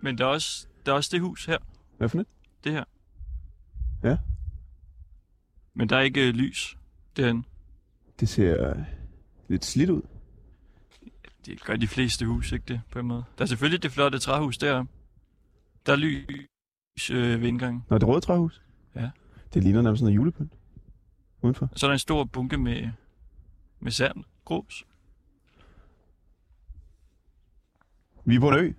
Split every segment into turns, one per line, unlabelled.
Men der er, også, der er også det hus her,
Hvad for noget?
det her.
Ja.
Men der er ikke øh, lys derinde.
Det ser øh, lidt slidt ud.
Det gør de fleste hus, ikke det, på en måde. Der er selvfølgelig det flotte træhus der. Der er lys øh, ved indgangen.
Nå, det røde træhus?
Ja.
Det ligner nærmest noget julepynt. Udenfor.
Og så er der en stor bunke med, med sand, grus.
Vi er på en ø.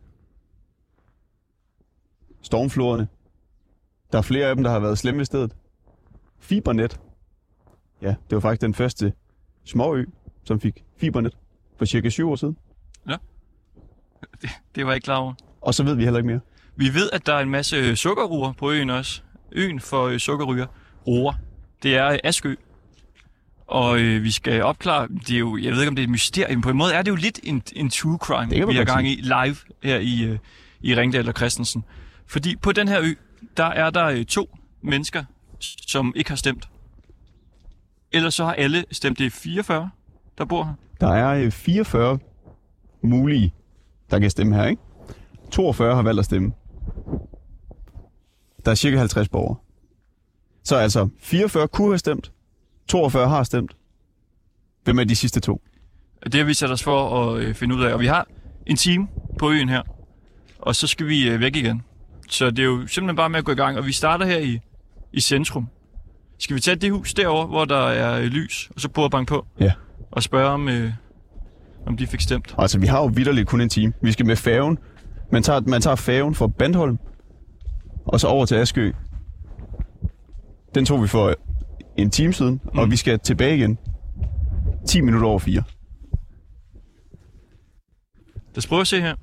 Stormfloderne. Der er flere af dem, der har været slemme ved stedet. Fibernet. Ja, det var faktisk den første småø, som fik fibernet for cirka syv år siden.
Det var jeg ikke klar over.
Og så ved vi heller ikke mere.
Vi ved, at der er en masse øh, sukkerruer på øen også. Øen for øh, sukkerryger. Ruer. Det er øh, Askø. Og øh, vi skal opklare, det er jo, jeg ved ikke om det er et mysterium, på en måde er det jo lidt en, en true crime,
Det kan man
vi er
godt
gang i live her i, øh, i Ringdal og Christensen. Fordi på den her ø, der er der øh, to mennesker, som ikke har stemt. Ellers så har alle stemt, det er 44, der bor her.
Der er øh, 44 mulige, der kan stemme her, ikke? 42 har valgt at stemme. Der er cirka 50 borgere. Så altså, 44 kunne have stemt, 42 har stemt. Hvem er de sidste to?
Det har vi sat os for at øh, finde ud af, og vi har en time på øen her, og så skal vi øh, væk igen. Så det er jo simpelthen bare med at gå i gang, og vi starter her i, i centrum. Skal vi tage det hus derovre, hvor der er øh, lys, og så prøve at banke på
Ja.
og spørge, om, øh, om de fik stemt?
Altså, vi har jo vidderligt kun en time. Vi skal med færgen. Man tager, man tager færgen fra Bandholm, og så over til Askø. Den tog vi for en time siden, mm. og vi skal tilbage igen. 10 minutter over 4.
Lad os prøve at se her.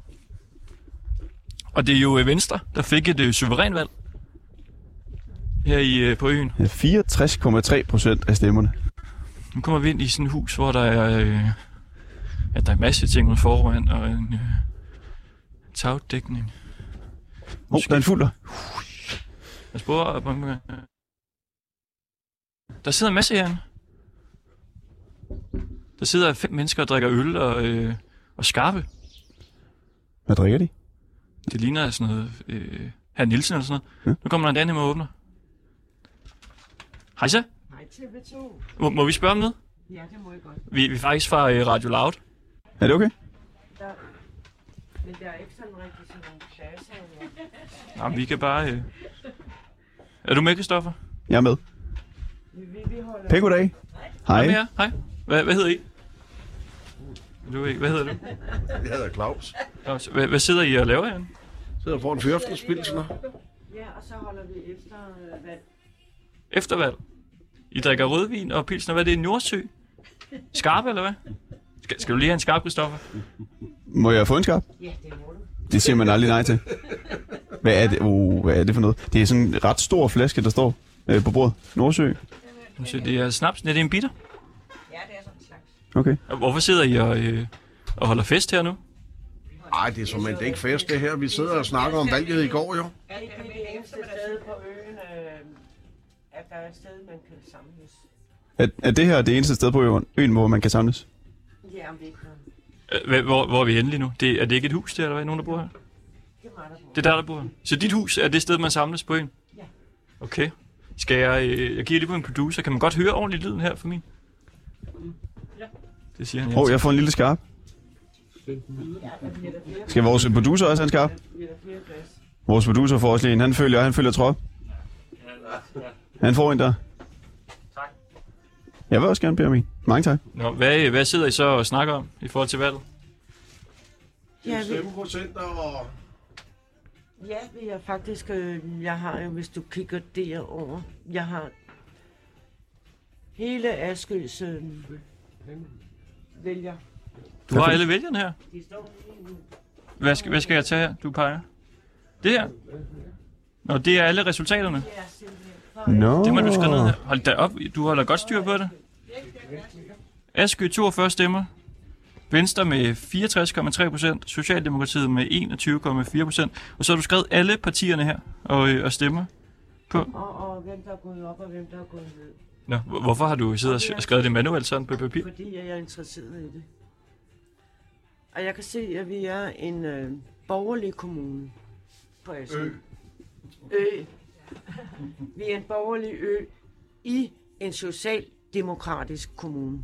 Og det er jo øh, Venstre, der fik et øh, suverænt valg her i, øh, på øen.
64,3 procent af stemmerne.
Nu kommer vi ind i sådan et hus, hvor der er, øh, ja, der er en masse ting ude foran, og en øh, tagdækning.
Oh, der er en fulder.
Jeg spurgte, øh, der sidder en masse herinde. Der sidder fem mennesker og drikker øl og, øh, og skarpe.
Hvad drikker de?
Det ligner sådan noget, øh, herr Nielsen eller sådan noget. Nu kommer der en anden med og åbner. Hej så.
Hej TV2.
Må, må vi spørge om noget?
Ja, det må I godt.
Vi, vi er faktisk fra øh, Radio Loud.
Er det okay?
Der... Men der er ikke sådan rigtig sådan nogle klasser. eller-
Jamen, vi kan bare... Øh... Er du med, Kristoffer?
Jeg er med.
Vi, vi, vi holder...
Pæk goddag. Hej.
Hej. Hej. Hvad, hvad hedder I? Du er ikke. Hvad hedder du?
Jeg hedder Claus.
Claus, Hvad, hvad sidder I og laver herinde?
Sidder foran fyreftenspilsner.
Ja, og så holder vi efter øh, vand.
Eftervalg. I drikker rødvin og pilsner. Hvad er det? Nordsø? Skarpe, eller hvad? Skal, skal du lige have en skarp, Kristoffer?
Må jeg få en skarp?
Ja, det må du.
Det siger man aldrig nej til. Hvad er det, oh, hvad er det for noget? Det er sådan en ret stor flaske, der står øh, på bordet. Nordsø.
Nu siger, det er snaps. Nej, det er en bitter.
Ja, det er sådan en slags.
Okay.
Og Hvorfor sidder I og, øh, og holder fest her nu?
Nej, det er som det er ikke fest, det her. Vi sidder og snakker om valget i går, jo.
Er det ikke det eneste sted på øen, øh, at der er et sted, man kan samles?
Er, er det her det eneste sted på øen, øen hvor man kan samles?
Ja, om vinteren.
Øh, hvad- Hvor, hvor er vi henne lige nu? Det, er det ikke et hus der, eller hvad? Nogen, der bor her?
Det er mig, der bor.
Det er der, der bor her. Så dit hus er det sted, man samles på en?
Ja.
Okay. Skal jeg... Øh, jeg giver lige på en producer. Kan man godt høre ordentligt lyden her fra min?
Ja.
Det siger han. ja.
Åh, oh, jeg får en lille skarp.
Ja, der bliver der flere,
Skal vores producer også have en skarp?
der bliver der flere glas.
Vores producer får også lige en. Han følger, han følger trop. Han får en der.
Tak.
Jeg vil også gerne bede om en. Mange tak.
Nå, hvad, øh, hvad sidder I så og snakker om i forhold til valget?
Ja, vi,
Stemmeprocenter og...
Ja, vi er faktisk, øh, jeg har jo, hvis du kigger derover, jeg har hele Askøs øh, vælger.
Du har alle vælgerne her.
De står lige nu.
Hvad skal, hvad skal jeg tage her? Du peger. Det her? Nå, det er alle resultaterne.
Ja, simpelthen.
No.
Det må du skrive ned her. Hold da op, du holder godt styr på det. Askø 42 stemmer. Venstre med 64,3 procent. Socialdemokratiet med 21,4 procent. Og så har du skrevet alle partierne her og, øh, og stemmer.
Og, og hvem der er gået op, og hvem der er gået ned.
Nå, hvor- hvorfor har du siddet og s- og skrevet det manuelt sådan på papir?
Fordi jeg er interesseret i det. Og jeg kan se, at vi er en øh, borgerlig kommune. på Asø. Ø. Vi er en borgerlig ø i en socialdemokratisk kommune.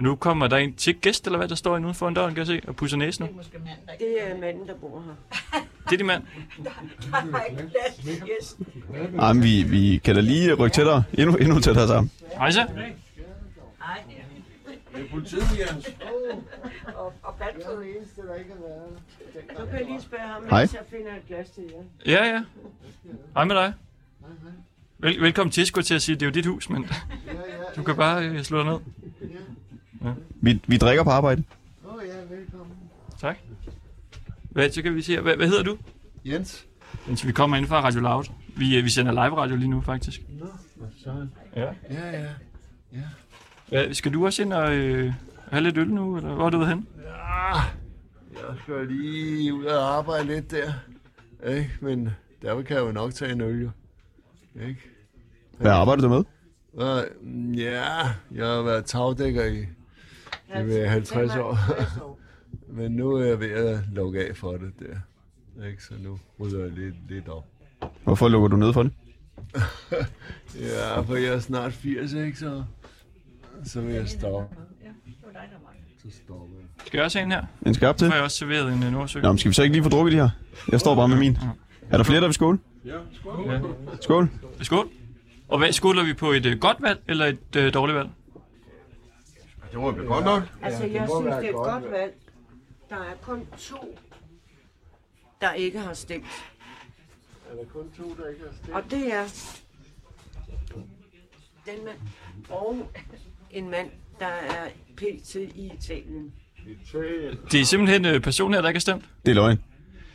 Nu kommer der en til gæst, eller hvad, der står inde uden foran døren, kan jeg se, og pusser næsen nu.
Måske mand, der ikke
Det er manden, der bor her.
Det er de mand.
har ikke plads til gæsten.
Ej, men vi, vi kan da lige rykke tættere. Endnu, endnu tættere sammen.
Hej så.
Nej, det er og, og bandfod.
Så kan jeg lige spørge ham,
Hej.
hvis jeg finder et glas til jer.
Ja, ja. Hej med dig. Vel, velkommen til, skulle jeg til at sige, det er jo dit hus, men du kan bare øh, slå dig ned.
Vi, vi drikker på arbejde.
Åh ja, velkommen.
Tak. Hvad, så kan vi se, her. hvad, hvad hedder du?
Jens?
Jens, vi kommer ind fra Radio Loud. Vi, øh, vi sender live radio lige nu, faktisk.
Nå, hvad så?
Ja.
Ja, ja.
Hvad, skal du også ind og øh, have lidt øl nu, eller hvor er du ude hen?
Jeg skal lige ud og arbejde lidt der. Ikke? Men der kan jeg jo nok tage en øl, jo. Ikke?
Hvad arbejder du med?
Og, mm, ja, jeg har været tagdækker i, Det vil jeg 50 år.
50 år.
men nu er jeg ved at lukke af for det der. Ikke? Så nu rydder jeg lidt, lidt op.
Hvorfor lukker du ned for det?
Ja, for jeg er snart 80, ikke? Så, så vil jeg stoppe.
Ja, det var dig, der var.
Så stopper jeg.
Skal jeg også have en her?
En skarp til?
Så har jeg også serveret en øh, Nordsø.
Nå, men skal vi så ikke lige få drukket de her? Jeg står bare med min. Er der flere, der vil skåle?
Ja.
Skål.
Skål. Og hvad, skåler vi på et øh, godt valg, eller et øh, dårligt valg?
Det var vel godt nok.
Altså,
det
jeg
må
synes,
være
det er et
godt
godt valg. Der er kun to, der ikke har stemt.
Er der kun to, der ikke har stemt?
Og det er den mand og en mand, der er pt. i Italien.
Det er simpelthen øh, personen her, der ikke har stemt.
Det er løgn.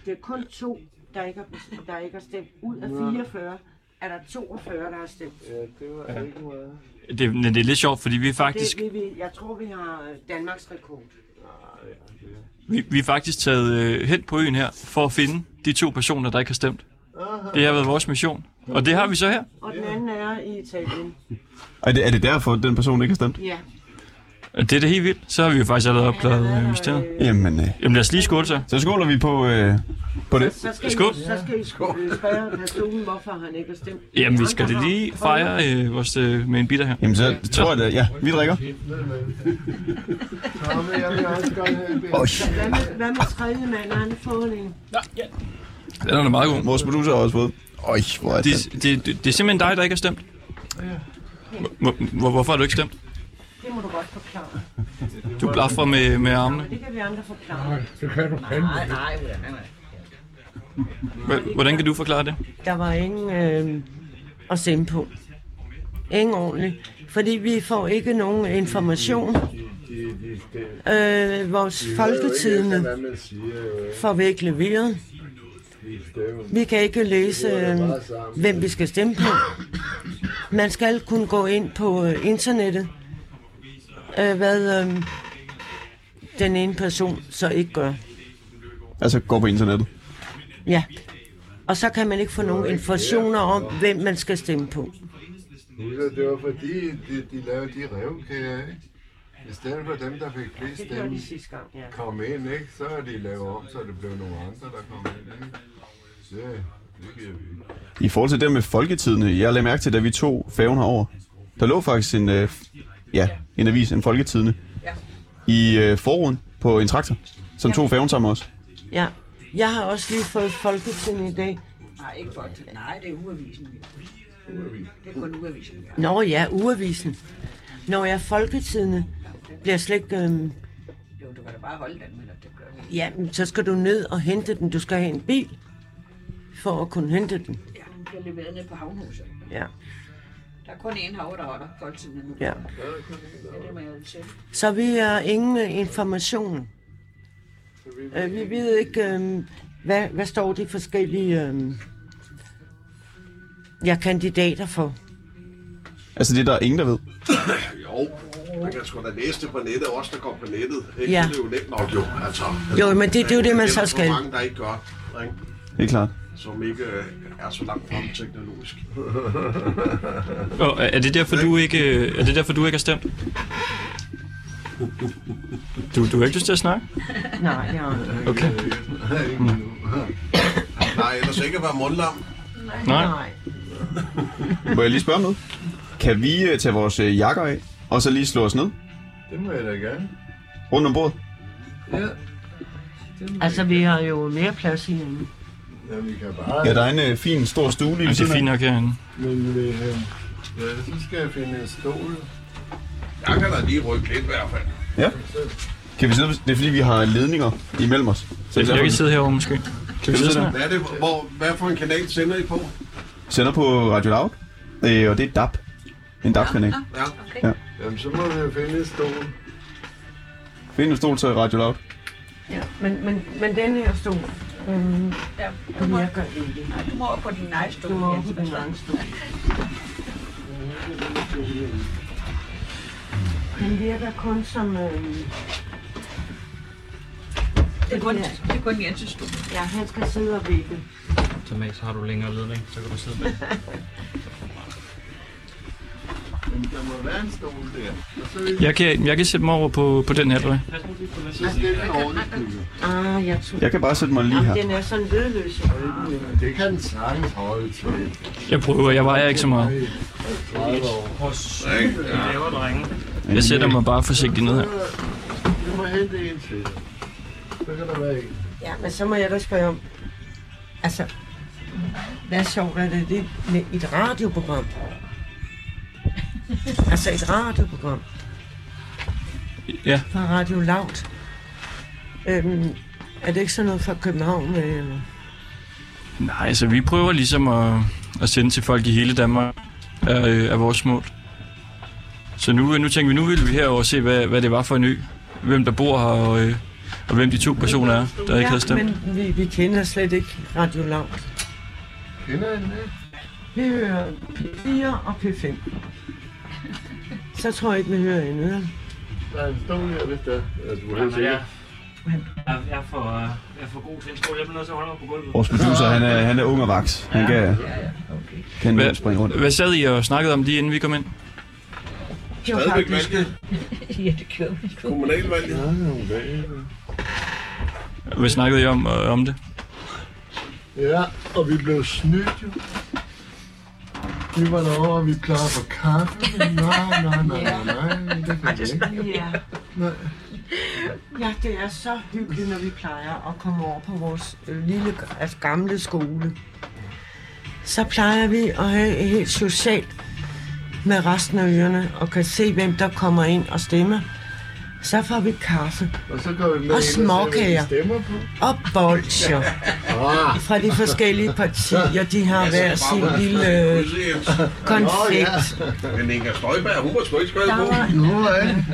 Det er kun to, der ikke har, der ikke har stemt. Ud af 44 er der 42, der har stemt.
Ja, det var ikke meget.
Det, men det er lidt sjovt, fordi vi er faktisk,
Det, vi, vi, jeg tror, vi har øh, Danmarks rekord.
vi, vi er faktisk taget øh, hen på øen her, for at finde de to personer, der ikke har stemt. Det har været vores mission. Og det har vi så her.
Og den anden er i Italien.
Er det, er det derfor, den person ikke har stemt?
Ja.
Og det er da helt vildt. Så har vi jo faktisk allerede
han har
opklaret øh,
været der,
mysteriet.
øh,
Jamen, øh,
Jamen lad os lige skåle så.
så skåler vi på, øh, på det.
Så skal,
Skål.
I, så skal I sku- spørge personen, hvorfor han ikke har stemt.
Jamen vi
Andre
skal da
har-
lige fejre øh, vores øh, med en bitter her.
Jamen, så tror jeg da. Ja, vi drikker.
Tomme, jeg vil også godt have en billede.
Åh,
Hvad med, hvad med tredje mand? Har han fået en?
Den er da meget god.
vores producer har også fået. Øj, hvor er det.
Det, det, det, det er simpelthen dig, der ikke har stemt. Hvor, hvor, hvorfor har du ikke stemt?
Det må du godt forklare.
Du blaffer med, med armene.
Men det kan vi andre forklare.
Nej, nej, nej, nej.
Hva- Hvordan kan du forklare det?
Der var ingen øh, at sende på. Ingen ordentlig. Fordi vi får ikke nogen information. Øh, vores folketidende
Hvad man siger, jo, ikke?
får vi ikke leveret.
I stemmen.
Vi kan ikke læse, øh, hvem vi skal stemme på. Man skal kunne gå ind på øh, internettet, øh, hvad øh, den ene person så ikke gør.
Altså, gå på internettet.
Ja. Og så kan man ikke få nogen informationer om, hvem man skal stemme på.
Husk, det var fordi, de, de lavede de revkager, ikke? I stedet for dem, der fik flest stemme,
sidste gang, ja.
kom ind, ikke? Så er de lavet om, så det blev nogle andre, der kom ind, ikke? Ja, det giver vi.
I forhold til det med folketidene, jeg lagde mærke til, da vi tog færgen herover, der lå faktisk en, øh, ja, en avis, en folketidene, i øh, forruden på en traktor, som tog færgen sammen med os.
ja. Jeg har også lige fået folketinget i dag.
Nej, ikke folk. til- Nej, det er uavisen. Det er kun uavisen. Ja.
Nå ja, uavisen. Når jeg folketidene bliver slet ikke... Øh,
Jo, du kan da bare holde den, men det gør vi.
ja, men så skal du ned og hente den. Du skal have en bil for at kunne hente den.
Ja, den bliver leveret ned på havnhuset.
Ja.
Der er kun én hav, der holder folketiden nu.
Ja.
Ja, det må jeg jo selv.
Så vi har ingen øh, information. Øh, vi ved ikke, øh, hvad, hvad står de forskellige øh, ja, kandidater for.
Altså, det er der ingen, der ved.
Jo, man kan sgu da læse det på nettet, også der går på nettet. Ikke?
Ja.
Det er jo nemt nok jo, altså.
Jo, men det, det er jo det, man
Der
så
er
skal.
mange, der ikke gør, ikke?
Det er klart.
som ikke øh, er så langt frem teknologisk.
Og er er det derfor, du ikke, øh, er det derfor, du ikke har stemt? Du, du har ikke lyst til at snakke?
Nej, det har jeg ikke.
Okay.
Nej, ellers ikke at være mundlam.
Nej.
Nej.
Må jeg lige spørge om noget? Kan vi øh, tage vores øh, jakker af, og så lige slå os ned
Det må jeg da gerne.
rundt om bordet?
Ja. Det må
Altså, vi har jo mere plads herinde.
jeg. Ja, vi kan bare...
Ja, der er en øh, fin stor stue lige
Ja,
ved
det
siden
er
af.
fint nok herinde.
Men øh, ja, så skal jeg finde en stol.
Jeg kan da lige rykke lidt i hvert fald.
Ja. Kan vi sidde? ved- Det er fordi, vi har ledninger imellem os. Så
Jeg kan ikke sidde herovre måske. Kan vi sidde sådan her?
Hvad, er det, hvor, hvad for en kanal sender I på?
sender på Radio Loud, øh, og det er DAB. En DAB-kanal.
Ja.
Jamen, så må vi jo finde en stol.
Find en stol til Radio Loud.
Ja, men, men, men den her stol, øhm,
Ja, du
den
må,
jeg gør ikke.
nej, du må op på din egen stol.
Du må
Jens.
også en anden stol. Den virker kun som... Øhm,
Det er kun, det er kun Jenses stol.
ja, han skal sidde og vippe.
Tomat, så har du længere ledning, så kan du sidde bag.
Men der må være en stol der. Og så vil
Jeg kan, jeg kan sætte mig over på, på den her, eller hvad?
vi stille en ordentlig stol.
Ah, jeg tror...
Jeg kan bare sætte mig lige her.
Jamen, den er sådan vedløs.
Men Det kan den sagtens holde til.
Jeg prøver, jeg vejer ikke så meget.
Vi laver drenge.
Jeg sætter mig bare forsigtigt ned her.
Vi må hente en til. Så kan der være en.
Ja, men så må jeg da spørge om... Altså, hvad sjovt er det, det med et radioprogram? altså et radioprogram
Ja,
fra Radio Loud. Øhm, er det ikke sådan noget fra København? Øh?
nej, altså vi prøver ligesom at, at sende til folk i hele Danmark af, øh, af vores mål. Så nu, nu tænker vi, nu vil vi herover se, hvad, hvad det var for en ø, hvem der bor her, og, øh, og hvem de to personer er, der ikke havde
ja,
stemt.
men vi, vi kender slet ikke Radio Loud.
Kender I den det?
Vi hører P4 og P5. Så tror jeg ikke, vi hører andet. vel?
Der er en stol her, hvis der. Ja, du er helt
Jamen,
sikker.
jeg, jeg, jeg, er for, øh, jeg er for god til en skole. Jeg bliver nødt til at holde mig på gulvet.
Vores producer, han er, han er ung og vaks. Han kan, kan nemt springe rundt.
Hvad sad I og snakkede om lige inden vi kom ind?
Det var
Stadigvæk
faktisk-
valget.
Ja, det kører vi.
Kommunalvalget.
Der er nogle dage.
Hvad snakkede I om, øh, om det?
Ja, og vi blev snydt jo. Vi var derovre, og vi klarede for kaffe. men Nej, nej, nej, nej, nej. Det kan vi ikke.
Ja.
Nej.
Ja, det er så hyggeligt, når vi plejer at komme over på vores øh, lille, altså gamle skole. Så plejer vi at have et helt socialt med resten af øerne, og kan se, hvem der kommer ind og stemmer. Så får vi kaffe
Og så går vi
Og
med ind ser, hvad de
småkager.
stemmer på.
og bolcher
Ah,
fra de forskellige partier. De har hver sin lille øh, konfekt.
Men Inger Støjberg, hun var sgu ikke skrevet på.
Der var,
nu er det.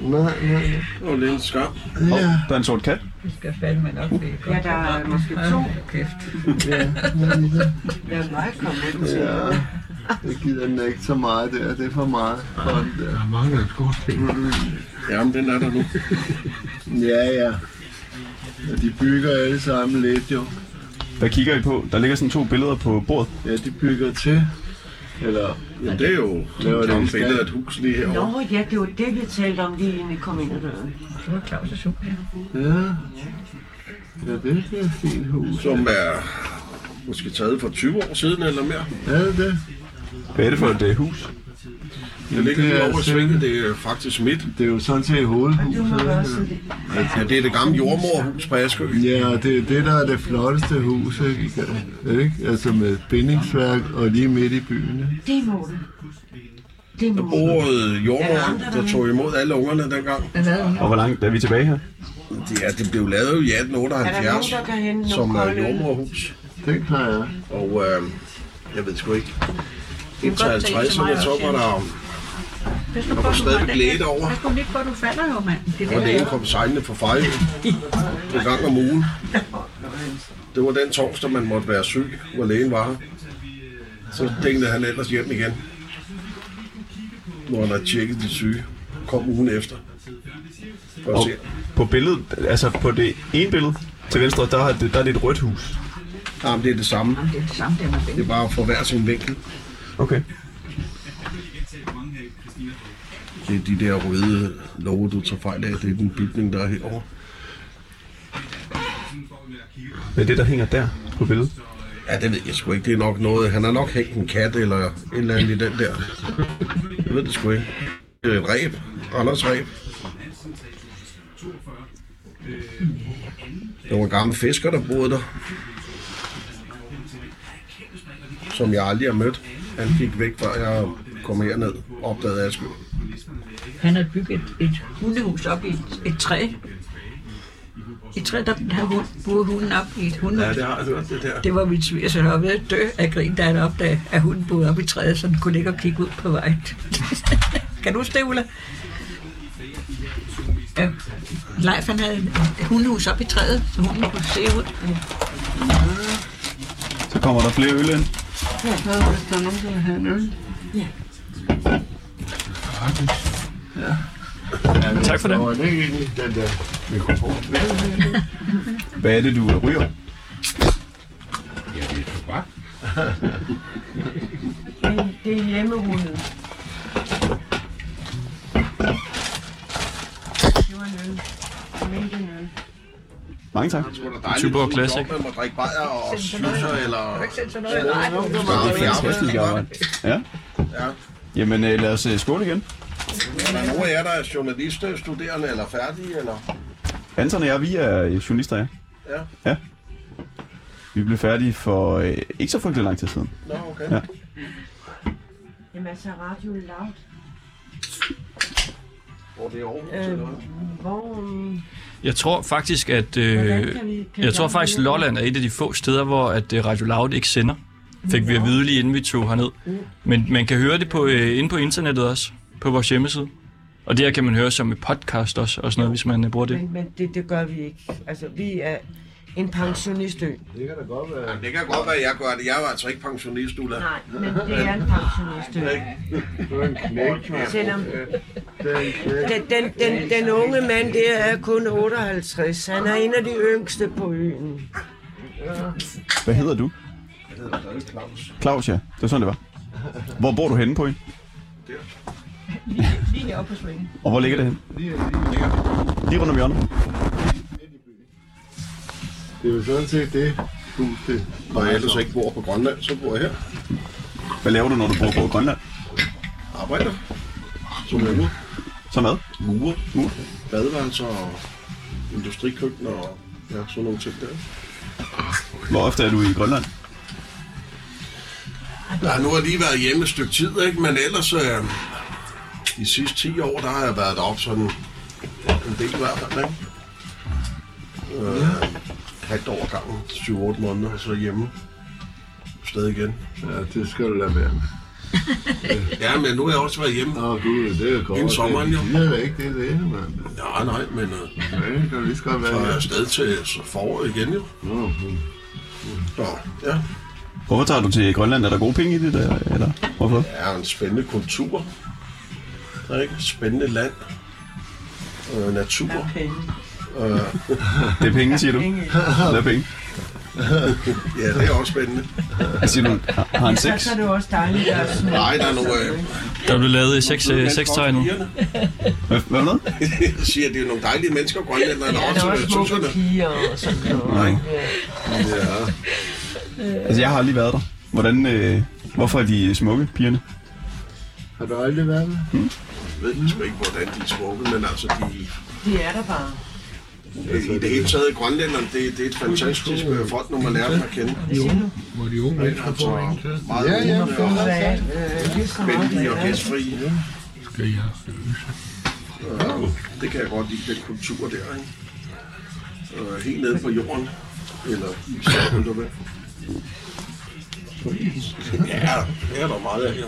Nej, nej, nej.
Det var lidt en skam.
Hov, der er en sort kat.
Vi skal fandme nok det.
ja, der er måske to.
Kæft.
Der er meget kommet.
Ja, det gider den ikke så meget der. Det er for meget for den der. Der mangler et godt
Jamen, den er der nu.
Ja, ja. Ja, de bygger alle sammen lidt jo.
Hvad kigger I på? Der ligger sådan to billeder på bordet.
Ja, de bygger til. Eller,
Ja, det er jo det
Laver
er
det
jo
en
et
skam.
billede af et hus lige herovre.
Nå ja, det var det, vi talte om lige inden I kom ind ad døren.
Det var Claus og Sofie.
ja. Ja, det er et fint hus.
Som er måske taget for 20 år siden eller mere.
Ja, det er det.
Hvad er det for et øh, hus?
Det ligger
det
lige
er
over i
sådan-
Svinge. Det er faktisk midt.
Det er jo sådan set hovedhuset. ikke?
Ja, det er det gamle jordmorhus på Askø.
Ja, og det er det, der er det flotteste hus, ikke? ikke? Altså med bindingsværk og lige midt i byen. ikke?
Det må det. Det må
Der
det.
boede jordmoren, der tog imod alle ungerne dengang.
Hvad lavede hun?
Og hvor langt er vi tilbage her?
Det, er, det blev lavet i
Er der nogen, der
1878
kan hente
som
nogle
øh,
kolde øl?
jordmorhus.
Det plejer jeg.
Og øh, jeg ved sgu ikke. Indtil
godt tænke til
50'erne,
mig
så
også,
var
ja.
der
Pas nu
Der
på,
var
du
stadig
render
glæde
ikke.
over.
Pas nu lige på, du falder jo, mand. Det er
Og det
det,
ene kom sejlende fra Fejl en gang om ugen. Det var den torsdag, man måtte være syg, hvor lægen var her. Så tænkte han ellers hjem igen. Når han havde tjekket de syge. Kom ugen efter. For at
Og
se.
på billedet, altså på det ene billede til venstre, der, har det, der er det et rødt hus.
Jamen, det er det samme.
det er det samme, der med
Det er bare for hver sin vinkel.
Okay.
Det er de der røde love, du tager fejl af. Det er den bygning, der er herovre.
Hvad er det, der hænger der på billedet?
Ja, det ved jeg sgu ikke. Det er nok noget. Han har nok hængt en kat eller et eller andet i den der. Jeg ved det sgu ikke. Det er et ræb. Anders ræb. Det var en gammel fisker, der boede der. Som jeg aldrig har mødt. Han gik væk, før jeg kom herned og opdagede Asger.
Han har bygget et hundehus op i et, et træ. I et træ, der havde hun, boede hunden op i et hundehus.
har jeg hørt, det der.
Det var min svigersøn, der var ved at dø af grin, da han opdagede, at hunden boede op i træet, så den kunne ligge og kigge ud på vejen. kan du huske det, Ulla? Ja. Leif, han havde et hundehus op i træet, så hunden kunne se ud.
Så kommer der flere øl ind.
Hvis der er nogen, der vil have en øl.
Tak for det.
Der var ikke ind i den der mikrofon.
Hvad er det, du øh, ryger?
Det, det er hjemmehundet. Det var en øl. Mente en øl.
Mange tak.
Tuborg Classic.
Man må drikke bajer og slusser eller...
Det er fantastisk arbejde. Ja.
Ja.
Jamen, øh, lad os øh, skåle igen.
Er der nogen af jer, der er journalister, studerende eller færdige? Eller?
Anton og jeg, vi er øh, journalister, ja.
Ja.
Ja. Vi blev færdige for øh, ikke så frygtelig lang tid siden.
Nå, okay.
Ja.
Jamen altså, Radio Loud.
Hvor det er Aarhus
Øh,
eller hvad?
hvor... øhm,
Jeg tror faktisk, at...
Hvordan
Øh,
kan vi- kan vi
jeg tror
gøre
faktisk,
det?
Lolland er et af de få steder, hvor at øh, Radio Loud ikke sender. Fik vi at vide lige inden vi tog herned. Men man kan høre det på, øh, inde på internettet også, på vores hjemmeside. Og det her kan man høre som et podcast også, og sådan noget, hvis man øh, bruger det.
Men, men det, det gør vi ikke. Altså, vi er en pensionistø.
Det kan da godt være.
Jamen, det kan godt være, at jeg gør det. Jeg var altså ikke pensionist, Ulla.
Nej, men det er en pensionistø.
Det er en knæk, mand.
Selvom
Det er en knæk.
den, den, den, den unge mand der er kun 58. Han er en af de yngste på øen.
Hvad hedder du?
Jeg hedder stadig Claus.
Claus, ja. Det var sådan, det var. Hvor bor du henne på en?
Lige heroppe på svingen.
Og hvor ligger det henne? Lige rundt om hjørnet.
Det er jo sådan set det. Du, det.
Når jeg ellers ikke bor på Grønland, så bor jeg her.
Hvad laver du, når du bor på Grønland?
Arbejder. Som murer.
Så mad?
Murer.
Mur?
Badeværelser og industrikøkkener og ja, sådan nogle ting der.
Hvor ofte er du i Grønland?
Jeg har nu lige været hjemme et stykke tid, ikke? men ellers øh, de sidste 10 år, der har jeg været deroppe sådan en del i hvert fald. Ikke? Øh, halvt år ad gangen, 7-8 måneder, og så hjemme. Stadig igen.
Ja, det skal du lade være med.
Ja, men nu har jeg også været hjemme.
Nå, gud, det er godt.
Inden sommeren, jo.
Det er da ikke det, det er, mand.
Ja, nej, men øh,
Ja, det kan lige så godt
så
være.
er jeg
her.
afsted til så foråret igen, jo.
Nå, men-
Så, ja.
Hvorfor tager du til Grønland? Er der gode penge i det der? Eller hvorfor?
Det er en spændende kultur. Der er ikke et spændende land. Øh, natur.
Det er penge, siger du. Det er penge.
Ja, det er også spændende.
Hvad siger du? Har- Har han sex?
Så er det jo også dejligt at smage.
Nej, der er nogle... Øh,
Der blev lavet seks, øh, seks tøj nu.
Hvad, hvad med?
Jeg siger, at det er nogle dejlige mennesker, grønlænderne,
Ja,
ja,
der
også,
er
også
også smukke
tusserne.
piger og sådan
Nej.
noget. Ja.
Altså, jeg har aldrig været der. Hvordan, øh, hvorfor er de smukke, pigerne?
Har du aldrig været med?
Jeg ved ligesom ikke, hvordan de er smukke, men altså, de,
De er der bare.
i det hele taget, grønlænderne, det, det er et fantastisk øh, folk, når man lærer dem at kende.
Hvad siger du?
Hvor de unge mennesker
Altså,
får en til.
meget
Ja, ja,
åbne
det
og
er
Hvad, øh, lige så meget,
venlige og
hvad er det?
gæstfri.
Skal I have øse?
Øh, Det kan jeg godt lide, den kultur der, ikke? Øh, Helt nede på jorden. Eller i stedet, eller hvad. Ja, det er der meget af, jo.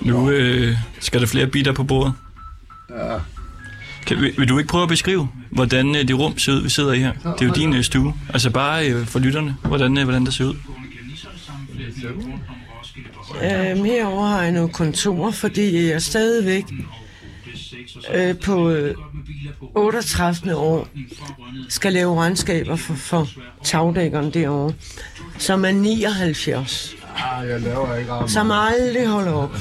Nu øh, skal der flere bitter på bordet. Kan, vil, vil du ikke prøve at beskrive, hvordan øh, det rum ser ud, vi sidder i her? Det er jo din øh, stue. Altså bare øh, for lytterne, hvordan, øh, hvordan det ser ud.
Øhm, herovre har jeg noget kontor, fordi jeg er stadigvæk øh, på øh, 38. år skal lave regnskaber for, for tagdækkerne derovre, som er 79,
Ah, jeg laver ikke ret
som aldrig holder op.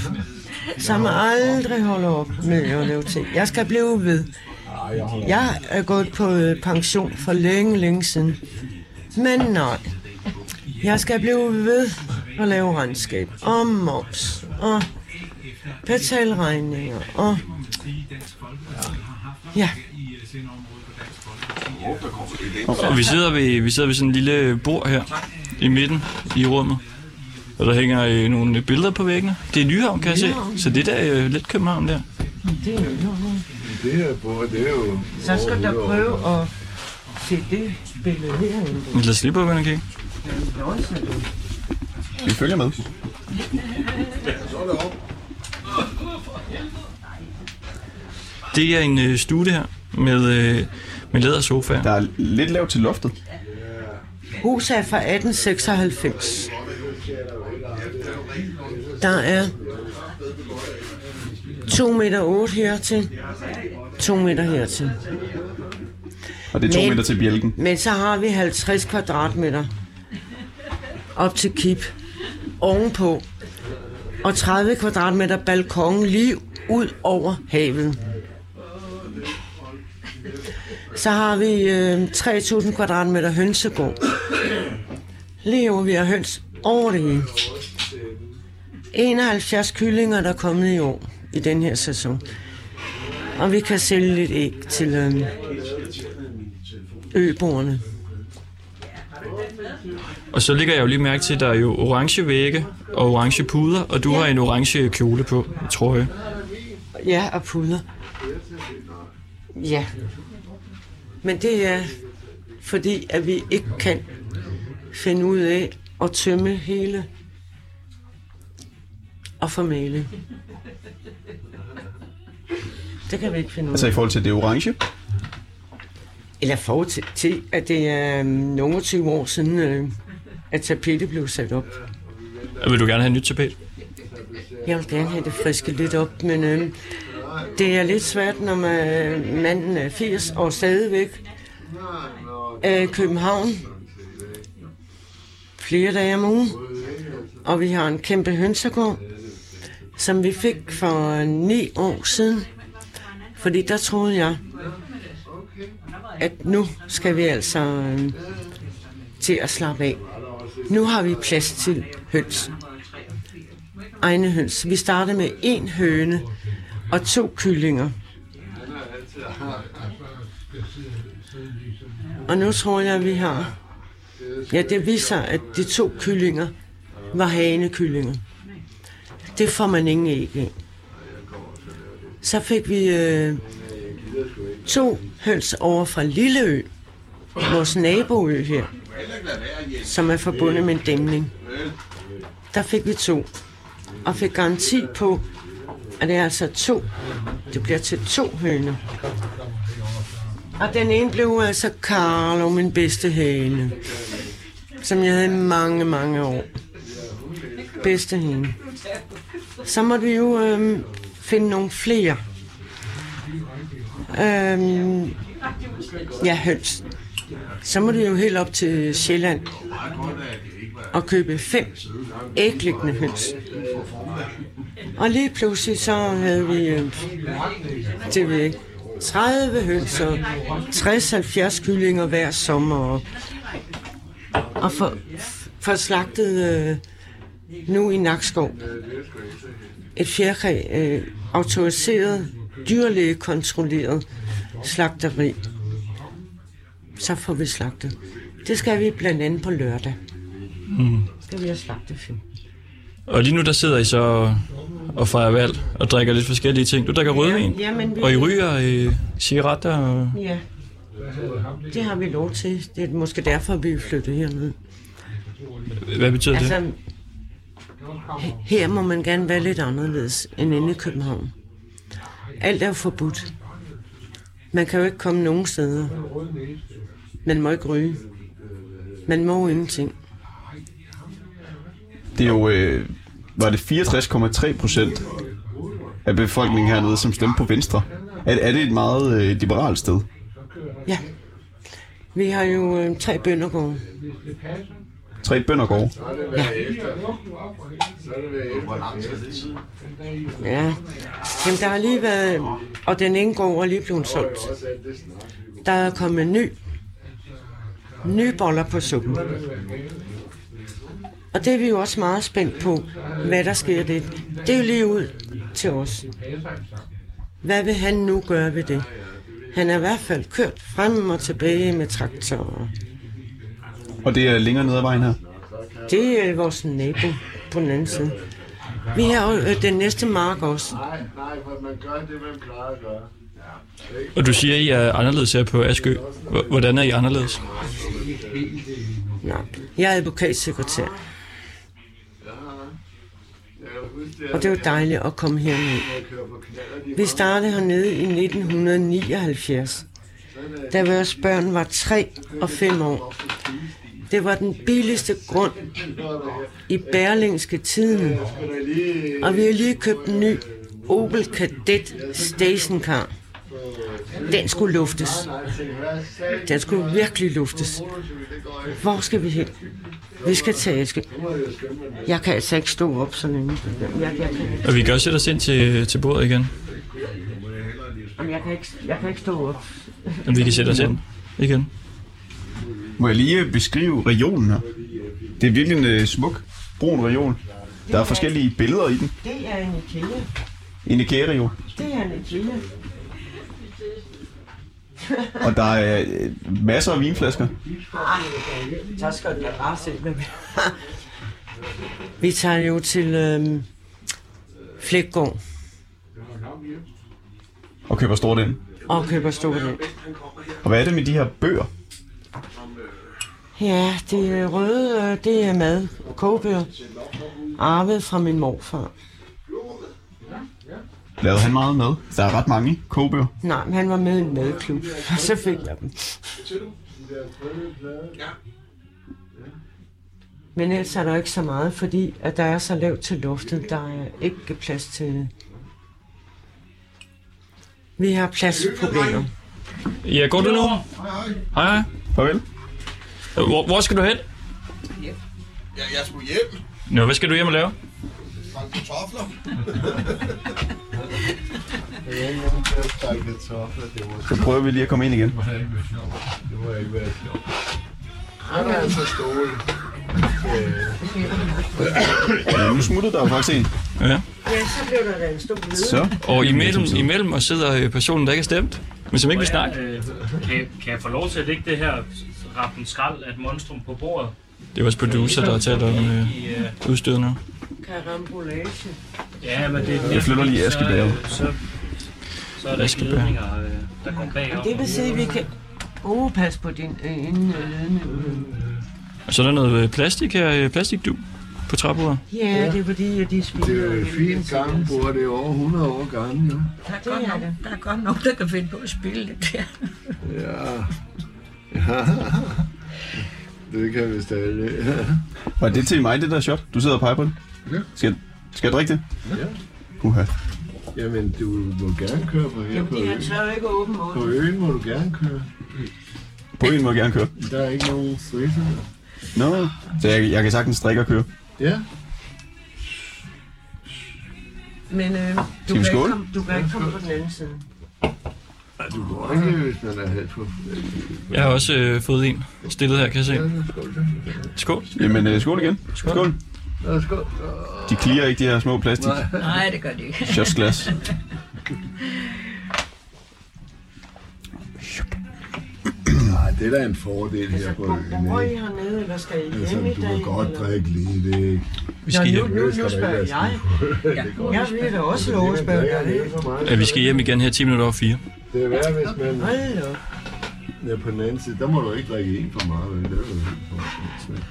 som aldrig holder op med at lave ting. Jeg skal blive ved. Jeg er gået på øh, pension for længe, længe siden. Men nej, jeg skal blive ved at lave regnskab og moms og betale regninger og... Ja,
Og vi sidder, ved, vi sidder ved sådan en lille bord her i midten i rummet. Og der hænger øh, nogle billeder på væggene. Det er Nyhavn, kan jeg se. Så det der er øh, lidt København der.
Det her bord, det er jo...
så skal der prøve at se det billede herinde.
Men lad os lige begynde at kigge.
Vi følger med.
Det er en øh, studie her med, øh, med lædersofaer.
Der er lidt lavt til loftet.
Huset er fra 1896. Der er 2 meter 8 hertil, 2 meter hertil.
Og det er to
Men-
meter til bjælken.
Men så har vi 50 kvadratmeter op til kip ovenpå, og 30 kvadratmeter balkon lige ud over havet. Så har vi øh, 3000 kvadratmeter hønsegård. Lige over, vi har høns over det hele. 71 kyllinger, der er kommet i år, i den her sæson. Og vi kan sælge lidt æg til øh, øboerne.
Og så ligger jeg jo lige mærke til, at der er jo orange vægge og orange puder, og du har en orange kjole på, tror jeg.
Ja, og puder. Ja. Men det er fordi, at vi ikke kan finde ud af at tømme hele og formale. Det kan vi ikke finde ud
Altså
af.
i forhold til det orange.
Eller forhold til- til, at det er øhm, nogle 20 år siden, øh, at tapetet blev sat op.
Og vil du gerne have nyt tapet?
Jeg vil gerne have det friske lidt op, men øh, det er lidt svært, når man, øh, manden er 80 og stadigvæk er i København flere dage om ugen. Og vi har en kæmpe hønsegård, som vi fik for ni år siden. Fordi der troede jeg, at nu skal vi altså øh, til at slappe af. Nu har vi plads til høns egne høns. Vi startede med en høne og to kyllinger. Og nu tror jeg, at vi har... Ja, det viser, at de to kyllinger var hanekyllinger. Det får man ingen æg af. Så fik vi øh, to høns over fra Lilleø, vores naboø her, som er forbundet med en dæmning. Der fik vi to og fik garanti på, at det er altså to. Det bliver til to høner. Og den ene blev altså Carlo, min bedste hane, som jeg havde i mange, mange år. Bedste hane. Så måtte vi jo øhm, finde nogle flere. Øhm, ja, høns. Så måtte vi jo helt op til Sjælland og købe fem ægliggende høns. Og lige pludselig så havde vi, øh, det ved jeg ikke, 30 høns og 60-70 kyllinger hver sommer. Og, og for, for slagtet øh, nu i Nakskov et fjerkræ øh, autoriseret, dyrlægekontrolleret slagteri. Så får vi slagtet. Det skal vi blandt andet på lørdag. Mm. Skal vi have slagtet film.
Og lige nu der sidder I så og fejrer valg og drikker lidt forskellige ting. Du drikker rødvin,
Jamen, vi,
og I ryger øh, cigaretter. Og...
Ja, det har vi lov til. Det er måske derfor, vi er flyttet herned.
Hvad betyder det?
Altså, he- her må man gerne være lidt anderledes end inde i København. Alt er jo forbudt. Man kan jo ikke komme nogen steder. Man må ikke ryge. Man må jo ingenting.
Det er jo, øh, var det 64,3 procent af befolkningen hernede, som stemte på Venstre. Er, er det et meget øh, liberalt sted?
Ja. Vi har jo øh, tre bøndergårde.
Tre bønder går.
Så er det været efter. Så er det været efter.
Ja. Jamen, der har lige været... Og den ene gård er lige blevet solgt. Der er kommet en ny... Nye boller på suppen. Og det er vi jo også meget spændt på, hvad der sker det. Det er jo lige ud til os. Hvad vil han nu gøre ved det? Han er i hvert fald kørt frem og tilbage med traktorer.
Og det er længere ned ad vejen her.
Det er vores nabo på den anden side. Vi har jo øh, den næste mark også.
Nej, nej, for man gør det, man plejer at gøre.
Og du siger, at I er anderledes her på Askø. H- Hvordan er I anderledes?
Nej. Jeg er advokatsekretær.
Jeg kan huske, det er,
Og det var dejligt at komme herned.
at jeg kører på knaller, de
Vi startede hernede i 1979, da vores børn var 3 og 5 år. Det var den billigste grund i Berlingske Tiden,
skal da lige...
og vi har lige købt en ny Opel Kadett stationcar. Den skulle luftes.
Nej, tænk, hvad sagde
Den skulle virkelig luftes.
Det går ikke.
Hvor skal vi hen? Vi skal til Aske. Jeg kan altså ikke stå op så længe. Jeg, jeg, kan,
Og vi kan også sætte os ind til, til bordet igen.
Jamen, jeg, kan ikke, jeg kan ikke stå op.
Jamen, vi kan sætte os ind igen.
Må jeg lige øh, beskrive regionen her? Det er virkelig en øh, smuk, brun region. Der er forskellige billeder i den.
Det er en IKEA.
En IKEA-region.
Det er en IKEA.
Og der er øh, masser af vinflasker.
Så skal jeg bare se, hvad vi har. Vi tager jo til øhm, Flækgaard
Og køber stort ind.
og køber stående.
Og hvad er det med de her bøger?
Ja, det røde, øh, det er mad. Kogebøger. Arvet fra min morfar.
Lavede han meget med? Der er ret mange kogebøger.
Nej, men han var med i en madklub, og så fik jeg dem. Men ellers er der ikke så meget, fordi at der er så lavt til luften, der er ikke plads til... Vi har pladsproblemer.
Ja, går du nu? Hej, hej.
Farvel.
Hvor, hvor skal du hen?
Jeg, jeg skulle hjem.
Nå, hvad skal du hjem og lave?
Fange kartofler.
Jeg er nødt til at pakke kartofler, det var
Så prøver vi lige at komme ind igen.
Det må ikke være sjovt. Han er altså stående.
Ja, nu smuttede der jo faktisk en.
Ja.
Ja, så blev der da en stor bløde.
Så.
Og imellem, imellem os sidder øh, personen, der ikke har stemt, men som ikke vil snakke.
Øh, kan, kan jeg få lov til at lægge det her rappen skrald af et monstrum på bordet?
Det er vores producer, der har talt om øh,
I, øh,
udstyret nu.
Karambolage.
ja, men det er
Jeg flytter lige Askebager.
Så, øh, så, så er der ikke
Askebager.
ledninger, øh, der går bagom.
Det vil sige, at vi kan... Oh, pas på din øh, inden øh, ledende.
Og så er der noget øh, plastik her, øh, plastikdu på træbordet.
Ja, det er fordi, at de spiller.
Det er jo et fint gammel bord, det er over 100 år gammel nu.
Der er, godt nok, der er godt nok, der kan finde på at spille det der.
Ja. ja. Det kan vi stadig.
Var det til mig, det der shot? Du sidder og peger på den?
Ja.
Skal, skal jeg drikke det?
Ja.
Uha.
Jamen, du må gerne køre på her på
De har
øen.
tør ikke åbne
På
mål.
øen må du gerne køre.
På en må jeg gerne køre.
Der er ikke nogen frihed.
Nå. No. Så jeg, jeg kan sagtens drikke og køre.
Ja,
Men øh,
vi
du, kan ikke
skåle?
komme, du kan ikke komme på den anden side.
Ej, du går ikke, hvis man er halvt på.
Jeg har også øh, fået en stillet her, kan jeg se. Skål.
Jamen, øh, skål igen.
Skål.
Skål.
Lad os gå.
De klirer ikke de her små plastik
Nej.
Nej, det gør det ikke.
shotsglas.
Nej, det er da en fordel
Altså,
her på øen.
Bor I
ikke?
hernede, eller skal I
Altså,
hjem i
du
dag?
kan godt
eller?
drikke lige det, er ikke?
Vi
Nå,
skal
nu,
hjem.
nu, nu spørger jeg. Jeg vil da også love at spørge dig.
Ja, vi skal hjem igen her 10 minutter over 4.
Det er værd, hvis man
Hold da op.
er på den anden side. Der må du ikke drikke en for meget. Vel? Det er jo helt forholdsmæssigt.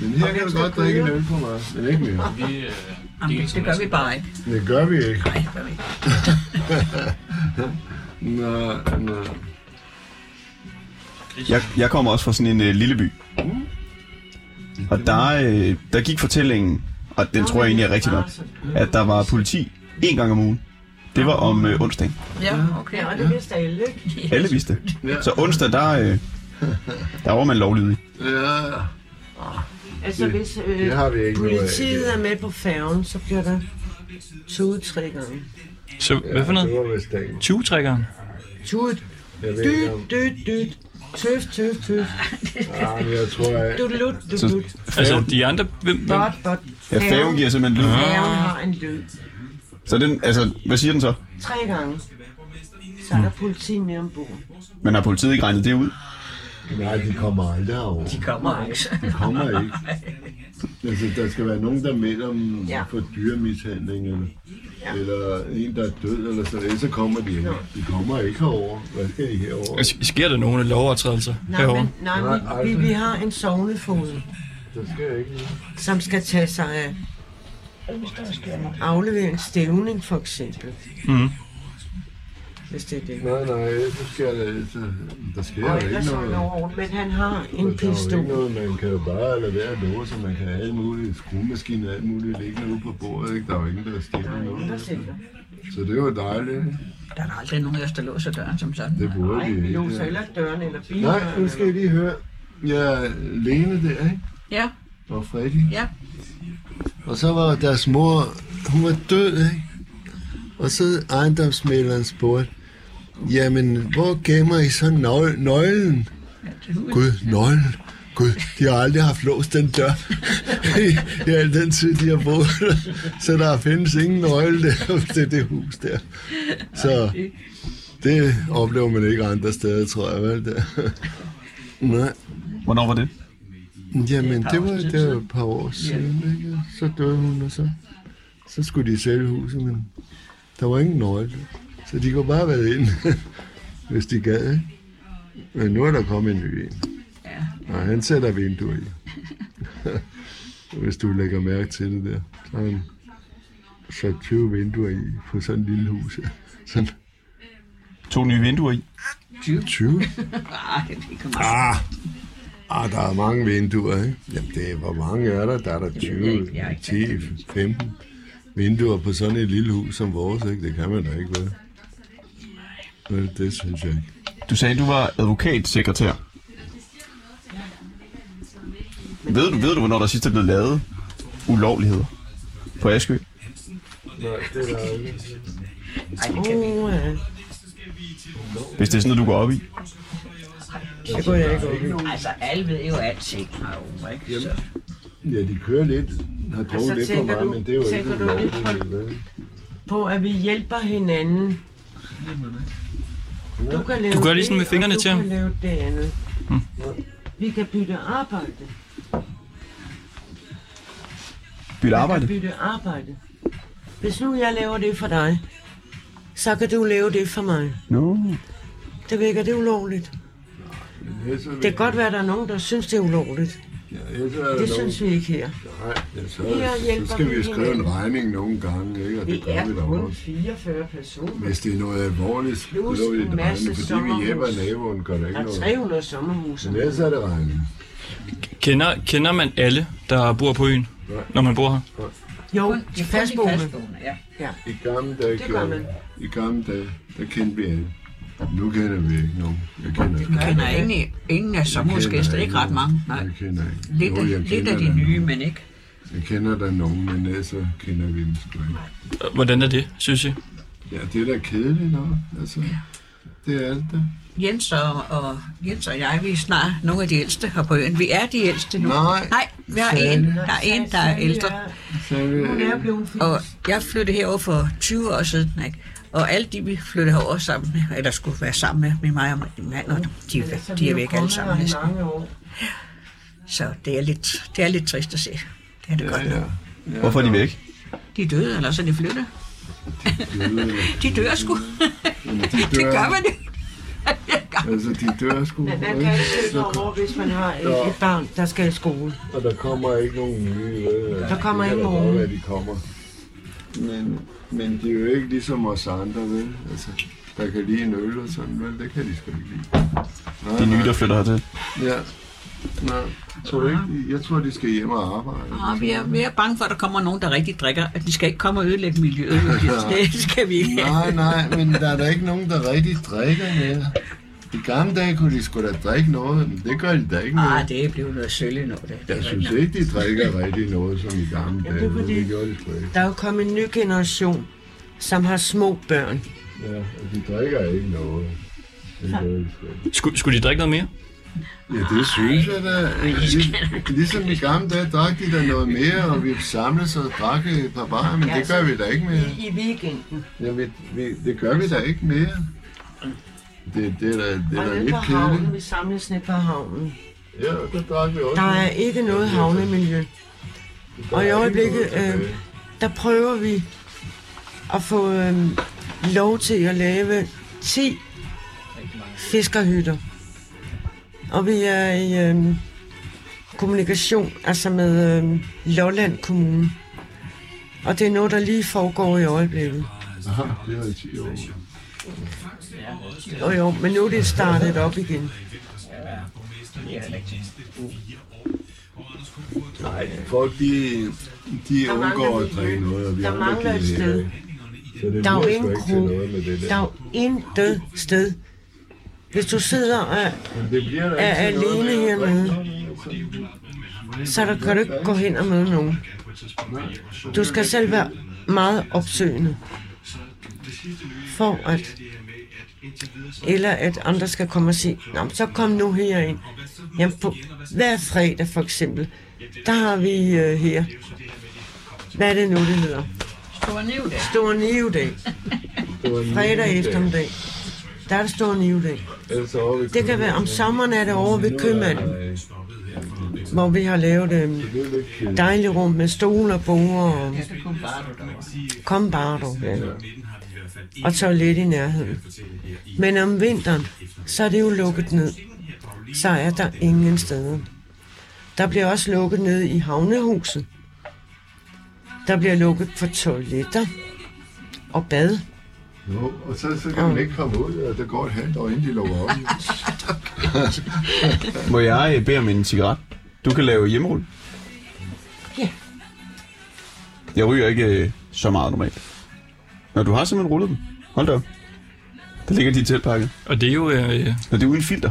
Men her kan du godt drikke en øl for meget, men ikke mere.
Vi, øh,
Jamen, det, det gør vi bare ikke.
Det gør vi ikke.
Nej, det gør vi ikke.
Nej, nej.
Jeg, jeg kommer også fra sådan en øh, lille by. Og der, øh, der gik fortællingen, og den tror jeg egentlig er rigtig nok,
Altså,
at der var politi én gang om ugen. Det var om øh, onsdag.
Ja, okay.
Ja, og det vidste alle, ikke?
Alle vidste det. Så onsdag, der, øh, der var man lovlydig.
Ja,
Altså, hvis øh,
Det har vi ikke noget af.
politiet er med på færgen, så bliver der tudetrikkeren.
Så hvad for
Det
noget?
var vist dagen.
20-trækkeren?
Tude,
Jeg ved
dyt,
ikke om...
dyt, dyt. Tøf, tøf, tøf.
Ah, men jeg tror, at...
Du lut, du
Så-
lut.
Altså, de andre... Hvem, hvem?
Bot, bot.
Ja, færgen giver simpelthen lyd.
Færgen har en lyd.
Så den, altså, hvad siger den så?
Tre gange. Så er der politi med ombord.
Men har politiet ikke regnet det ud?
Nej, de kommer aldrig herover.
De kommer ikke.
De kommer ikke. Altså, der skal være nogen, der melder dem
Ja.
ja. for dyremishandling, eller, ja. eller en, der er død, eller sådan noget. Så kommer de ikke. De kommer ikke herover. Hvad skal de herover?
S- Altså, Sker der nogen lovovertrædelser
Nej,
herovre?
men, nej, vi, vi, vi har en sovnefod,
Der sker ikke noget.
som skal tage sig af aflevere en stævning, for eksempel.
Mhm.
Hvis det er det.
Nej, nej, så sker der, så, der sker
Og
jo ikke
ellers er
noget.
han over, men han har en
Der er jo ikke
pistol.
noget, man kan jo bare lade være at love, så man kan have alle mulige skruemaskiner og alt muligt liggende ude på bordet. Ikke? Der er jo ingen, der stiller
Ingen, der
noget.
sælger.
Så det var dejligt.
Der er der aldrig nogen af os, der låser døren som sådan.
Det burde
Nej,
de
vi
ikke.
låser
ja.
heller ikke døren eller bilen.
Nej, nu skal I lige høre. Ja, Lene der, ikke?
Ja,
Og Freddy.
ja.
Og så var deres mor, hun var død, ikke? Og så ejendomsmæleren spurgte, jamen, hvor gemmer I så nøg- nøglen? Gud, nøglen. Gud, de har aldrig haft låst den dør i, i al den tid, de har boet. der. Så der findes ingen nøgle der til det hus der. Så det oplever man ikke andre steder, tror jeg, vel? Der. Nej.
Hvornår var det?
Jamen, det var,
år siden.
det var et par år siden, ikke? Så døde hun, og så, så skulle de sælge huset, men der var ingen nøgle. Så de kunne bare have været ind, hvis de gad, ikke? Men nu er der kommet en ny en. Og han sætter vinduer i. hvis du lægger mærke til det der. Så har han sat 20 vinduer i på sådan et lille hus. her. Sådan
To nye vinduer i.
20?
Ah, det er ikke meget.
Ah, ah, der er mange vinduer, ikke? Jamen, det er, hvor mange er der? Der er der 20,
ikke. Jeg er ikke
10, 15 vinduer på sådan et lille hus som vores, ikke? Det kan man da ikke, vel? Vel, det synes jeg ikke.
Du sagde, du var advokatsekretær. Ved du, ved du, hvornår der sidst er blevet lavet ulovligheder på Askø?
Ej, det kan vi ikke.
Uh, ja.
Hvis det er sådan noget, du går op i.
det går jeg ikke op i.
Altså, alle ved jo alting herovre, ikke? Så,
Ja, de kører lidt, har drukket
Altså,
lidt for
tænker
meget,
du-
men det er jo ikke øh.
tænker du lidt på-
lovligt, vel?
På, at vi hjælper hinanden. Du, kan lave
Du gør ligesom
det,
med fingrene
og du
til ham. Mm.
kan lave det andet. Vi kan bytte arbejde.
Bytte arbejde.
Vi kan bytte arbejde. Hvis nu jeg laver det for dig, så kan du lave det for mig.
No.
Det virker det ulovligt. Det kan godt være, at der er nogen, der synes, det er ulovligt. Det synes vi ikke her.
Nej, ja, så,
Her hjælper
så skal
vi
vi skrive en
hinanden.
regning nogle gange, ikke? Og
Vi
det gør
er
vi da
kun
også.
44 personer.
Hvis det er noget alvorligt, så
Plus
laver vi
en
en
masse
regning, fordi vi hjælper
sommerhus.
naboen, gør der
Der
ikke
er
noget.
300 sommerhuse.
Men ellers er det regning.
Kender, kender man alle, der bor på øen,
Nej.
når man bor her?
Jo,
kun-
de
kun
fastboende.
fastboende, ja.
I gamle dage,
Det gør
gjorde
man.
I gamle dage, der kendte vi alle. Nu kender vi ikke nogen. Jeg kender ikke.
Jeg kender ingen, ingen af sommerhusgæster, ikke ret mange. Nej.
Jeg kender ikke.
Lidt,
Jo,
af,
jeg
lidt
kender
af de
da
nye,
nogen.
men ikke.
Jeg kender der nogen, men ellers så kender vi dem sgu ikke.
Hvordan er det, synes I?
Ja, det er da kedeligt nok. Altså, det er det da.
Jens og, og, Jens og jeg, vi er snart nogle af de ældste her på øen. Vi er de ældste nu.
Nej.
Nej, vi har
Sande.
en, der er en, der er ældre.
Så er vi,
Hun er blevet fint.
Og jeg flyttede herover for 20 år siden, ikke? Og alle de, vi flyttede herover sammen med, eller skulle være sammen med, med mig og min mand, og de, er væk- de er væk alle sammen
næsten.
næsten. Så det er lidt, det er lidt trist at se. Det er det godt nok.
ja,
Hvorfor er de væk?
De er døde, eller så er de flyttet.
døde.
De dør sgu. Det gør man jo.
Altså, de dør sgu.
Man
ikke?
kan ikke sidde over, hvis man har et, et barn, der skal i skole.
Og der kommer ikke nogen nye. Øh,
Der kommer ikke
nogen.
nogen.
Godt, være, de kommer. Men, men de er jo ikke ligesom os andre, vel? Altså, der kan lige en øl og sådan, vel? Det kan de sgu ikke lide. Nej,
De nye,
nej.
der flytter hertil.
Ja. Nej. Tror du ikke? Jeg tror, de skal hjem og arbejde.
Og vi er, vi er bange for, at der kommer nogen, der rigtig drikker. At de skal ikke komme og ødelægge miljøet. Det skal vi ikke have.
Nej, nej, men der er da ikke nogen, der rigtig drikker mere. I gamle dage kunne de sgu da drikke noget, men det gør de da ikke
Ah,
mere.
det er blevet noget sølge nu. Det, det er
Jeg synes
rigtigt.
ikke, de drikker rigtig noget som i gamle
Jamen,
dage.
det er
men
fordi-
Det gjorde de sgu ikke.
Der er jo kommet en ny generation, som har små børn.
Ja, og de drikker ikke noget. Det gør de sgu ikke.
Skulle, skulle de drikke noget mere?
Ja, det synes jeg da. Lig- Ligesom i gamle dage drak de da noget mere, og vi samledes og drak et par barer, men det gør vi da ikke mere.
I weekenden.
Ja, vi, vi, det gør vi da ikke mere. Det, det er da, det er
Og nede på
da lidt kedeligt.
havnen, vi samles nede på havnen.
Ja, og der drak vi også.
Der er ikke noget havnemiljø. Og i øjeblikket, øh,
øh...
der prøver vi at få øh, lov til at lave 10 fiskerhytter. Og vi er i øh, kommunikation, altså med øh, Lolland Kommune. Og det er noget, der lige foregår i øjeblikket.
Det var i 10 år.
Jo jo, men nu er det startet op igen.
Nej, folk de, de
Der
undgår
mangler
at drikke
vi-
noget, og vi
der
andre,
mangler
de
et
heller
sted.
ikke. Så det
Der er jo
bliver sgu
ingen
ikke til
kro.
noget med det der.
Der er jo intet sted. Hvis du sidder og
Men det bliver der
er
ikke til noget
alene
med at drikke
hernede.
noget, altså.
så der kan du ikke gå hen og møde nogen. Du skal selv være meget opsøgende for at eller at andre skal komme og sige, Nå, men så kom nu herind. Jamen på hver fredag for eksempel, der har vi øh, her, hvad er det nu, det hedder? Stor Nivedag.
Det var en
Fredag
lille
eftermiddag. Der er det Stor Nivedag.
dag. Ellers så var vi
Det kan være, om sommeren er det over ved købmanden,
Nej,
hvor vi har lavet øh,
det er lidt kedeligt.
dejlige rum med stole og borer og
Ja, det kunne bare du dog.
Kom bare du.
altså,
Ja. Og toilet i
øh,
nærheden. Men om vinteren, så er det jo lukket ned. Så er der ingen steder. Der bliver også lukket ned i havnehuset. Der bliver lukket for toiletter og bad.
Jo, og så, så kan man ikke komme ud, og der går et halvt år, inden de lukker op.
Må jeg øh, bede om en cigaret? Du kan lave hjemmerul.
Ja.
Jeg ryger ikke øh, så meget normalt. Når du har simpelthen rullet dem. Hold da op. Der ligger de tilpakket.
Og det er jo, øh, det
Og det er uden filter.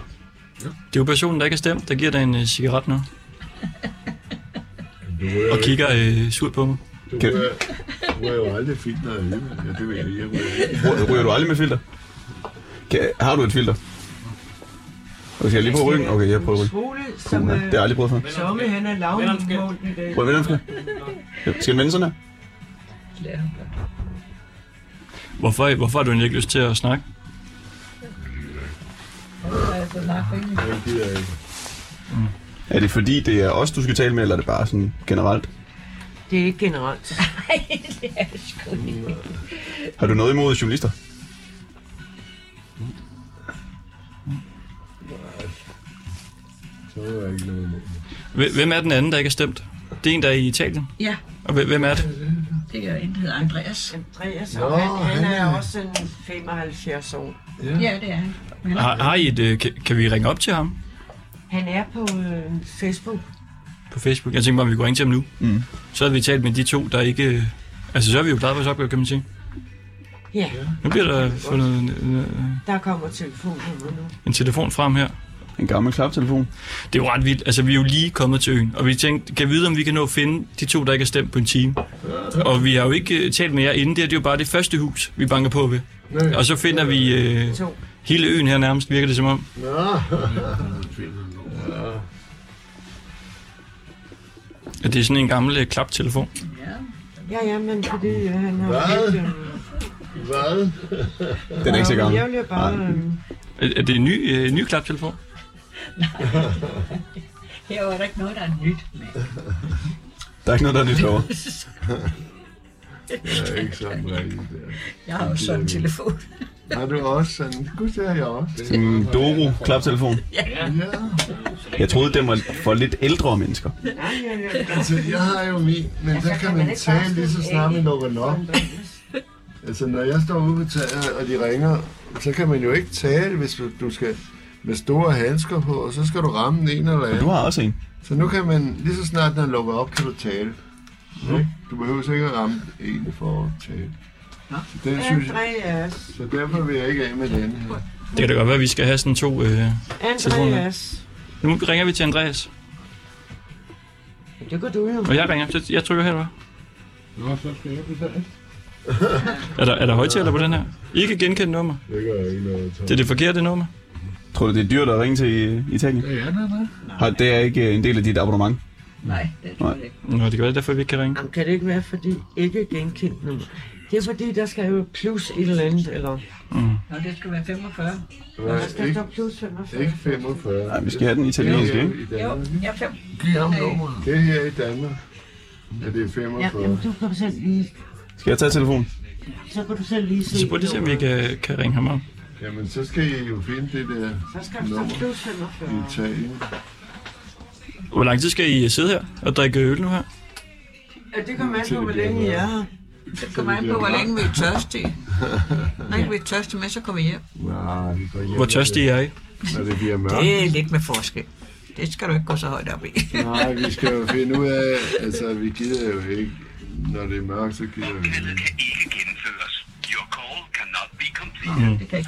er jo personen, der ikke har stemt, der giver dig en øh, cigaret nu. Og kigger øh, surt på mig.
Du
Kan-
er, du er jo aldrig fint, når jeg er hjemme. Ja, det ved jeg ikke. Jeg ved ikke.
Ryger- Ryger du aldrig med filter? Kan, har du et filter? Okay, skal jeg lige prøve ryggen? Okay, jeg prøver ryggen.
Utroligt,
Puh, nej, Det har jeg aldrig prøvet før.
Somme øh, han er lavmål i dag.
Prøv at vende den skal. Ja, Skal den vende sådan her?
Hvorfor, hvorfor har du egentlig ikke lyst til at snakke?
Jeg gider ikke.
Er det fordi, det er os, du skal tale med, eller er det bare sådan generelt?
Det er ikke generelt.
Har du noget imod journalister?
Så er jeg ikke noget imod.
Hve- Hvem er den anden, der ikke har stemt? Det er en, der er i Italien.
Ja,
Og hve- hvem er det?
det er en, der hedder Andreas.
Andreas,
Nå,
og han, han
han
er
er-
også en 75 år.
Ja, det er han. Men
Har, har I et, øh, kan, kan vi ringe op til ham
Han er på øh, Facebook.
på Facebook? Jeg tænkte bare, om vi kunne ringe til ham nu.
Mm.
Så havde vi talt med de to, der ikke... øh, Altså, så er vi jo klaret vores opgave, kan man sige.
Ja,
Nu bliver der fundet en, en-
der kommer telefonnummer nu.
en telefon frem her.
En gammel klaptelefon.
Det er jo ret vildt. Altså, vi er jo lige kommet til øen, og vi tænkte, kan vi vide, om vi kan nå at finde de to, der ikke er stemt på en time? Og vi har jo ikke øh, talt med jer inden. Det her det er jo bare det første hus, vi banker på ved.
Nej.
Og så finder vi øh,
To.
hele øen her nærmest, virker det som om.
Nå,
At det er sådan en gammel øh, klaptelefon.
Ja, ja, men fordi øh, han har...
Hvad?
ikke, øh,
hvad?
Den er ikke så gammel.
Jeg vil jo bare...
Nej.
Øh,
Er, er det en ny, øh, ny klaptelefon?
her var der ikke noget, der er nyt. Men
Der er ikke noget, der er nyt herovre.
Jeg er ikke sådan rigtig der.
jeg har jo sådan en telefon.
Har du også sådan? Gud, det har jeg også.
Sådan en Doro klaptelefon.
Ja,
Jeg troede, den var for lidt ældre mennesker.
nej, jeg, jeg,
altså jeg har jo min, men
Altså,
der kan man tale lige så snart man lukker den op. Altså når jeg står ude på taget, og de ringer, så kan man jo ikke tale, hvis du- du skal med store handsker på, og så skal du ramme den ene
Du
eller anden.
har også en.
Så nu kan man, lige så snart den lukker op, kan du tale. Ikke? Du behøver så ikke at ramme en for at tale. Så, den synes jeg,
Andreas,
så derfor vil jeg ikke af med den her.
Det kan da godt være, at vi skal have sådan to... Øh...
Andreas.
Nu ringer vi til Andreas.
Det gør du jo.
Og jeg ringer. Jeg, jeg trykker her, hva'?
Nå, så skal jeg betale.
Er der, er der højtaler på den her? I kan genkende nummer.
Det gør jeg ikke noget.
Det er det forkerte nummer.
Tror du, det er dyrt at ringe til øh, Italien?
Ja, nej, nej.
Har, det er ikke øh, en del af dit abonnement.
Nej, det tror jeg ikke.
Nå, det kan være, derfor vi ikke kan ringe.
Jamen, kan det ikke være, fordi ikke genkendt nummer? Det er fordi, der skal jo plus et eller andet, eller...
Nå, det skal være 45.
Øh,
Der skal der plus 45.
Ikke 45.
Nej, vi skal have den italienske, ikke?
I
Jo,
Danmark.
jeg er 5.
Giv ham nummeret. Det er her i Danmark. Ja, det er 45.
Jamen, du kan selv lige,
Skal jeg tage telefonen?
så kan du selv lige se.
Så prøv lige at se, om vi kan, kan ringe ham op.
Jamen, så skal I jo finde det der
Så skal der stå plus 45.
i Italien.
Hvor lang tid skal I sidde her og drikke øl nu her?
Ja, det kommer an på, hvor længe jeg er her.
Det kommer an på, hvor længe vi er tørstige. Når ikke vi er tørstige, men så kommer vi hjem.
Nej, det går hjem.
Hvor tørstig er I?
Når det bliver mørkt.
Det er lidt med forskel. Det skal du ikke gå så højt op i.
Nej, vi skal jo finde ud af, altså vi gider jo ikke, når det er mørkt, så gider vi ikke.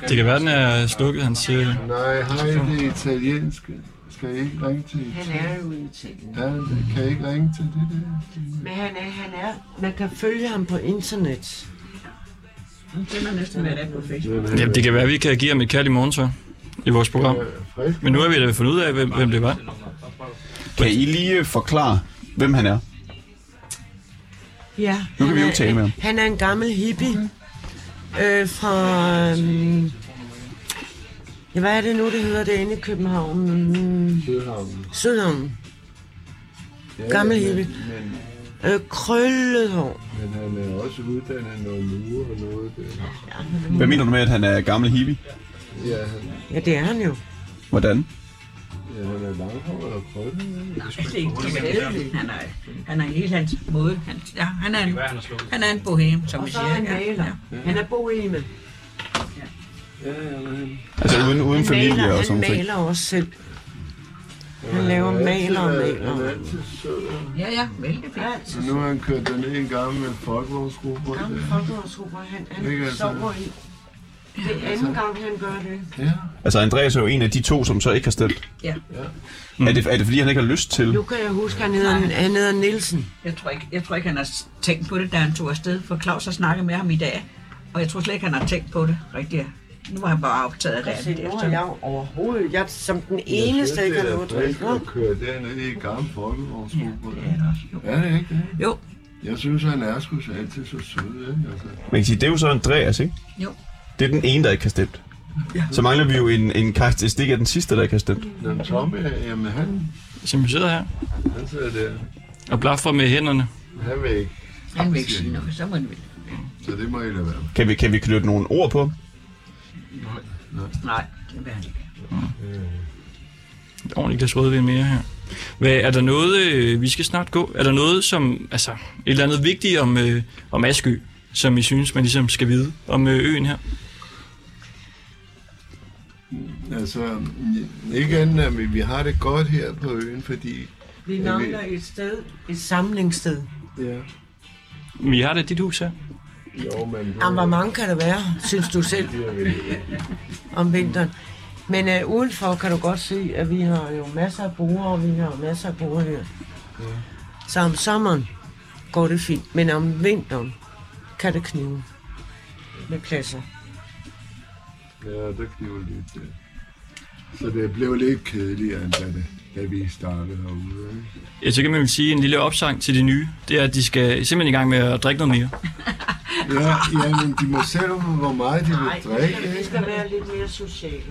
Det kan være, den er slukket, hans... Øh...
Nej, har I det italienske? Skal I ikke ringe til
Han
Italien?
er jo i Italien.
Ja, kan I ikke ringe til det der?
Men han er, han er. Man kan følge ham på internet.
Den er næsten hver dag på Facebook.
Jamen, det kan være, vi kan give ham et kald i morgen, så. I vores program.
Øh, frisk.
Men nu har vi da fundet ud af, hvem, hvem det var.
Kan I lige øh, forklare, hvem han er?
Ja.
Nu kan
han
vi jo
er-
tale med ham.
Han er en gammel hippie. Øh, fra... øhm, Ja, hvad er det nu, det hedder det inde i København? Mm,
Sydhavnen.
Sydhavn.
Ja,
Gammel
men-
hippie.
Men,
Øh, krøllet hår.
men han er også uddannet noget murer og noget der.
Hvad mener du med, at han er gammel hippie?
Ja, han,
Ja, det er han jo.
Hvordan?
ja, han er langhåret og krøllet.
Det er ikke han er, han er helt hans måde. Han, ja, han, er en, han er en bohem, som
Og
vi
så er
siger.
han
Ja,
maler.
ja.
Han er boheme.
Ja, ja, men
Altså uden, uden
Han
familie
maler,
og
han
sådan noget.
maler også selv. Han
han
laver
har altid
maler og
været- Han er
maler.
altid sød.
Ja, ja, vældig fint.
Så nu har han kørt den ene gang med folkevognsgruppe.
Gamle folkevårdsopera, han,
Ikke
han
altså.
sover i. Det er anden gang, han gør det.
Ja,
Altså Andreas er jo en af de to, som så ikke har stemt.
Ja.
Mm. Er, det, er det fordi, han ikke har lyst til?
Nu kan jeg huske, han hedder, han hedder Nielsen.
Jeg tror, ikke, jeg tror ikke, han har tænkt på det, da han tog afsted, for Claus har snakket med ham i dag, og jeg tror slet ikke, han har tænkt på det rigtigt. Nu var han bare optaget af det.
Se,
alt det
nu
efter.
har jeg overhovedet, jeg som den eneste ikke har noget
tryk.
tryk.
Jeg kører dernede i gamle folkevognsgruppe.
Ja, det er det også. Jo.
Er det ikke det?
Jo.
Jeg synes, han er sgu så altid så sød, ikke? Altså,
Man kan sige, det er jo så Andreas, ikke?
Jo.
Det er den ene, der ikke har stemt. Ja. Så mangler vi jo en, en karakteristik af den sidste, der ikke har stemt.
når Tommy, jamen han,
Som vi sidder her
han sidder der.
og blaffer med hænderne.
Han vil ikke,
Han vil ikke sige noget, så må han vel.
så det må I lade være. med.
Kan vi, kan vi knytte nogle ord på?
Nej, det vil han ikke.
Et ordentligt glas rødvin mere her. Hvad, er der noget, øh, vi skal snart gå? Er der noget, som, altså, et eller andet vigtigt om, øh, om Askø, som I synes, man ligesom skal vide om øh, øen her?
Altså, ikke andet, at øh, vi, vi har det godt her på øen, fordi...
Vi mangler et sted, et samlingssted.
Ja.
Vi har det i dit hus her.
Jo, men...
Jamen, hvor mange kan der være, synes du selv, om vinteren? Men øh, udenfor kan du godt se, at vi har jo masser af brugere, og vi har masser af brugere her. Så om sommeren går det fint, men om vinteren kan det knive med pladser.
Ja, der kniver lidt der. Så det blev lidt kedeligere, end da, det, da vi startede herude, ikke?
Jeg tænker, man vil sige en lille opsang til de nye. Det er, at de skal simpelthen i gang med at drikke noget mere.
Ja, ja, men de må selv om, hvor meget de vil drikke, ikke?
skal være lidt mere sociale.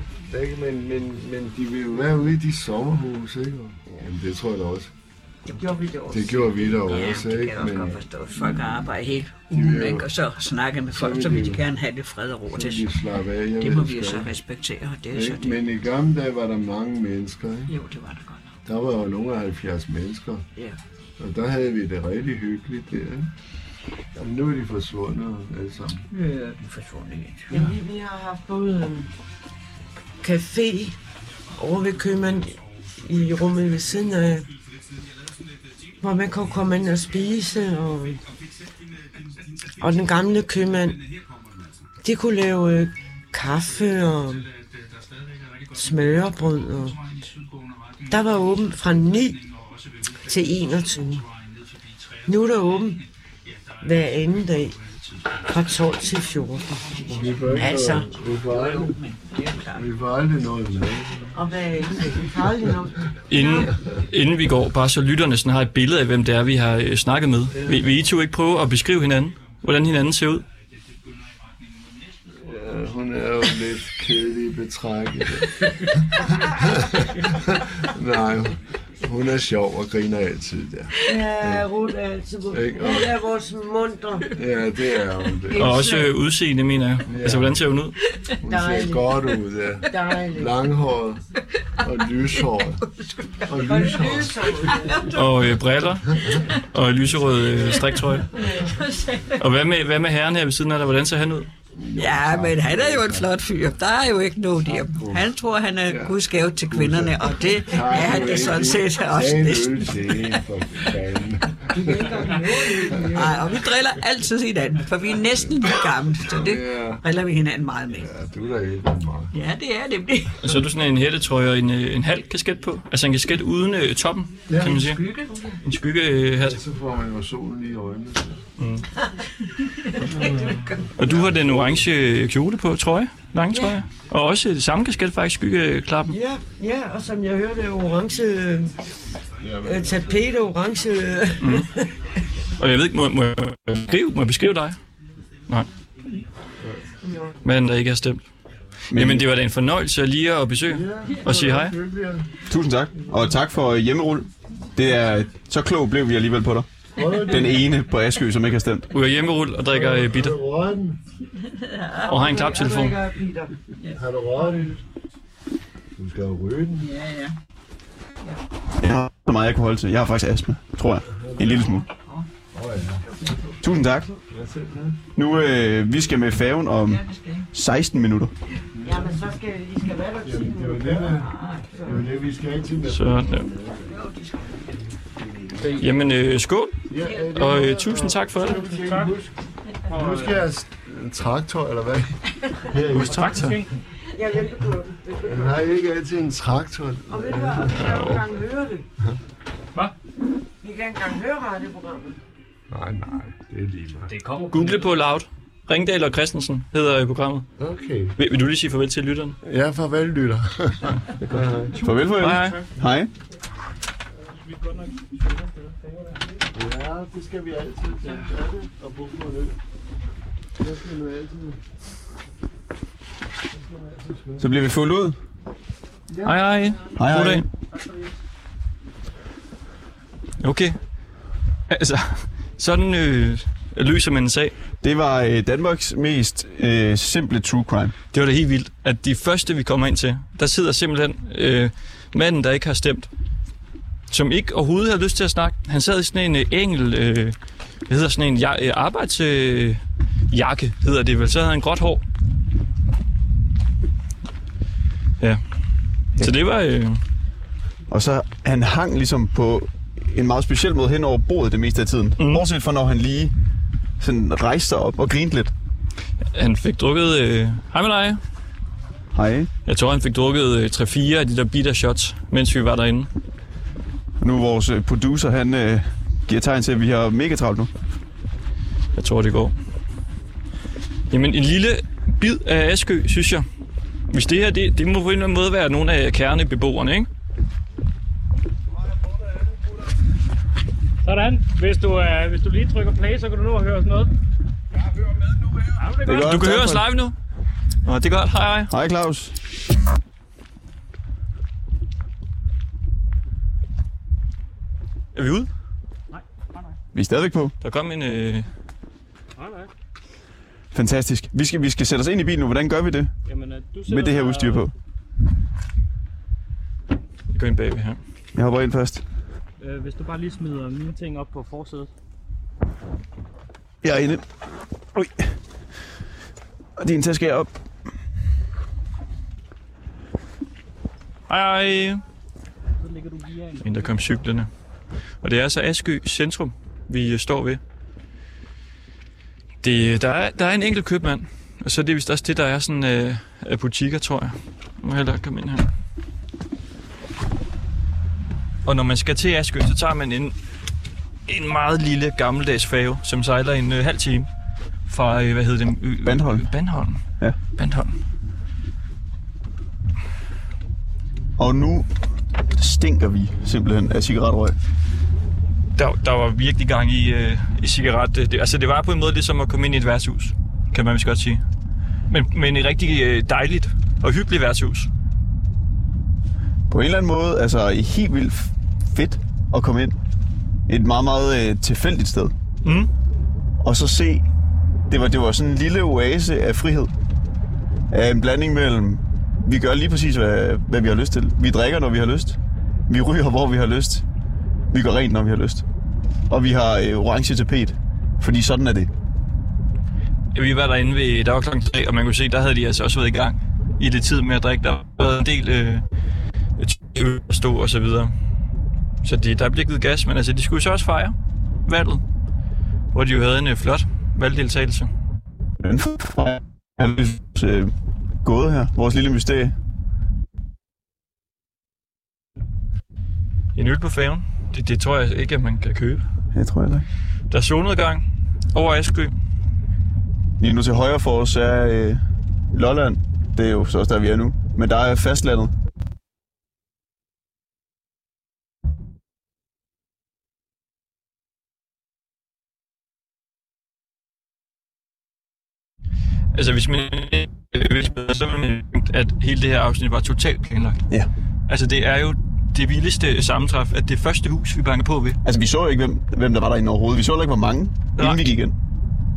Ikke, men, men, men de vil jo være ude i de sommerhuse, ikke? Og- Jamen, det tror jeg da også.
Det gjorde vi det også.
Det gjorde vi da
Ja,
også,
det kan
ikke?
jeg også
Men
godt
øh,
forstå. Folk arbejder hele
vil
ugen,
jo-
ikke? og så snakke med
Så
folk,
vil
så
de
vil de
jo-
gerne have det fred og ro
så
til.
de slapper af, jeg
Det
ved
må
sgu
vi jo så
ikke.
respektere, og det er så
Ikke?
det.
Men i gamle dage var der mange mennesker, ikke?
Jo, det var der godt nok.
Der var jo nogle af 70 mennesker,
Ja.
og der havde vi det rigtig hyggeligt der, ikke? Jamen, nu er de forsvundet alle sammen.
Øh, den forsvundet igen.
Ja, vi, vi har haft både øhm, café over ved købmand i rummet ved siden af, hvor man kunne komme ind og spise, og, og den gamle købmand, de kunne lave øh, kaffe og smørbrød. Og der var åben fra 9 til 21. Nu er der åben hver anden dag fra 12 til 14.
Vi får ikke
Altså.
noget- Vi får aldrig, vi får aldrig noget med.
Og hvad er det farligt nok?
Inden, inden vi går, bare så lytterne sådan har et billede af, hvem det er, vi har øh, snakket med. Vil, vil I to ikke prøve at beskrive hinanden? Hvordan hinanden ser ud?
Ja, hun er jo lidt kedelig betrækket. Nej, hun er sjov og griner altid der.
Ja, Rune er altid på.
Ikke? Og-
Hun er vores munter.
Ja, det er hun. Det.
Og også øh, udseende, mener jeg. Altså, hvordan ser hun ud?
Hun
Dejligt.
ser godt ud, ja.
Dejligt.
Langhåret og lyshåret. Og lyshåret.
Og øh, briller. Og lyserød øh, striktrøje. Og hvad med, hvad med herren her ved siden af dig? Hvordan ser han ud?
Ja, men han er jo en flot fyr. Der er jo ikke noget der. Han tror, han er guds gave til kvinderne, og det er han det sådan set også
Tag en
næsten.
øl til en, for fanden.
Nej, og vi driller altid hinanden, for vi er næsten lige gamle, så det
Ja.
driller vi hinanden meget med.
Ja, du er da helt vildt meget.
Ja, det er nemlig.
Og Altså, så er du sådan en hættetrøje og en, øh, en halv kasket på. Altså en kasket uden øh, toppen, kan man sige. En skygge øh, hat.
Så får man jo solen i øjnene.
Og du har den orange øh, kjole på, trøje. Lange trøje. Og også det samme kasket faktisk, skyggeklappen.
Ja, ja, og som jeg hørte, orange... Øh, øh, tapet og orange... Øh.
Og jeg ved ikke, må, må, jeg beskrive, må jeg beskrive dig? Nej. Hvad end der ikke har stemt. Men, Jamen, det var da en fornøjelse lige at besøge og sige hej.
Tusind tak. Og tak for hjemmerul. Det er, så klog blev vi alligevel på dig. Den ene på Askø, som ikke har stemt.
Ryger hjemmerul og drikker øh, bitter.
Rører den?
Og har en klaptelefon.
Har du rørt den? Du skal jo ryge den.
Jeg har så meget, jeg kan holde til. Jeg har faktisk astma, tror jeg. En lille smule. Tusind tak. Nu, øh, vi skal med færgen om 16 minutter.
Jamen, så skal I skal være der 10
Det var det, der- det, var det vi skal ikke til. med.
Så, ja. Jamen, øh, skål,
Ja, ja, det-
og øh, tusind tak for det.
Nu skal jeg... s- En traktor, eller hvad?
Hos Traktor.
Jeg hjælper på det.
Han har ikke altid en traktor.
Og ved du hvad, jeg kan ikke engang høre det.
Hvad?
Vi kan ikke engang høre radioprogrammet.
Nej, nej, det er lige meget.
Det kommer
Google på Loud. Ringdal og Christensen hedder øh, programmet.
Okay.
Vil, vil du lige sige farvel til lytterne?
Ja, farvel, lytter.
Farvel for
Hej,
jer.
hej.
Hej.
ja, det skal vi altid til. Ja, det. Og bruge på det. Det skal man altid.
Så bliver vi fuldt ud.
Hej, hej.
Hej,
God
hej.
dag. Okay. Altså, sådan øh, løser man en sag.
Det var øh, Danmarks mest øh, simple true crime.
Det var da helt vildt, at de første, vi kommer ind til, der sidder simpelthen øh, manden, der ikke har stemt, som ikke overhovedet har lyst til at snakke. Han sad i sådan en øh, engel, øh, hvad hedder sådan en ja, øh, arbejdsjakke, øh, jakke, hedder det vel. Så havde han gråt hår. Ja. Så det var... Øh,
Og så han hang ligesom på en meget speciel måde hen over bordet det meste af tiden.
Mhm.
Mm. Bortset fra når han lige sådan rejste sig op og grinte lidt.
han fik drukket... Øh, hej med dig.
Hej.
Jeg tror, han fik drukket øh, 3-4 af de der bitter shots, mens vi var derinde.
Nu er vores øh, producer, han øh, giver tegn til, at vi har mega travlt nu.
Jeg tror, det går. Jamen, en lille bid af Askø, synes jeg. Hvis det her, det, det må på en eller anden måde være nogle af kernebeboerne, ikke?
Sådan. Hvis du, øh, hvis du lige trykker play, så kan du nå at høre os noget. Jeg hører med nu her. Ja, det er godt.
godt.
Du kan
tak
høre os
for det.
live nu. Nå, det er godt. Hej, hej.
Hej Claus.
Er vi ude?
Vi er stadigvæk på.
Der kom en... Øh...
Nej, nej.
Fantastisk. Vi skal, vi skal sætte os ind i bilen nu. Hvordan gør vi det
Jamen, øh, du
med
sidder
det her
der-
udstyr på?
Jeg går ind bagved her.
Jeg hopper ind først.
Øh, hvis du bare lige smider mine ting op på forsædet.
Jeg er inde. Ui. Og din taske er op.
Hej, hej.
Så ligger du lige herinde.
En, der kom cyklerne. Og det er altså Askø Centrum, vi øh, står ved. Det, der, er, der er en enkelt købmand, og så er det vist også det, der er sådan øh, af øh, butikker, tror jeg. Nu må jeg hellere komme ind her. Og når man skal til Askø, så tager man en, en meget lille gammeldags fave, som sejler en øh, halv time fra, øh, hvad hedder det? Øh,
Bandholm.
Bandholm.
Ja.
Bandholm.
Og nu stinker vi simpelthen af cigaretrøg.
Der, der var virkelig gang i, øh, i cigaret. Det, altså, det var på en måde lidt som at komme ind i et værtshus, kan man vist godt sige. Men, men et rigtig øh, dejligt og hyggeligt værtshus.
På en eller anden måde, altså helt vildt fedt at komme ind. Et meget, meget øh, tilfældigt sted.
Mm.
Og så se, det var, det var sådan en lille oase af frihed. Af en blanding mellem, vi gør lige præcis, hvad, hvad vi har lyst til. Vi drikker, når vi har lyst. Vi ryger, hvor vi har lyst. Vi går rent, når vi har lyst. Og vi har øh, orange tapet. Fordi sådan er det.
Vi var derinde ved, der var klokken tre, og man kunne se, der havde de altså også været i gang i det tid med at drikke. Der var en del øh, øl at stå og så videre. Så de, der blev givet gas, men altså, de skulle så også fejre valget, hvor de jo havde en øh, flot valgdeltagelse.
Hvordan er det øh, gået her? Vores lille mysterie.
En øl på færgen, det, det tror jeg ikke, at man kan købe.
Jeg tror jeg ikke.
Der er solnedgang over Askø.
Lige nu til højre for os er øh, Lolland. Det er jo så også der, vi er nu. Men der er fastlandet.
Altså, hvis man, øh, hvis man så ville man tænke, at hele det her afsnit var totalt planlagt.
Ja.
Altså, det er jo det vildeste sammentræf, at det første hus, vi banker på ved,
Altså, vi så jo ikke, hvem, hvem der var derinde overhovedet. Vi så heller ikke, hvor mange,
Nej.
inden vi gik ind.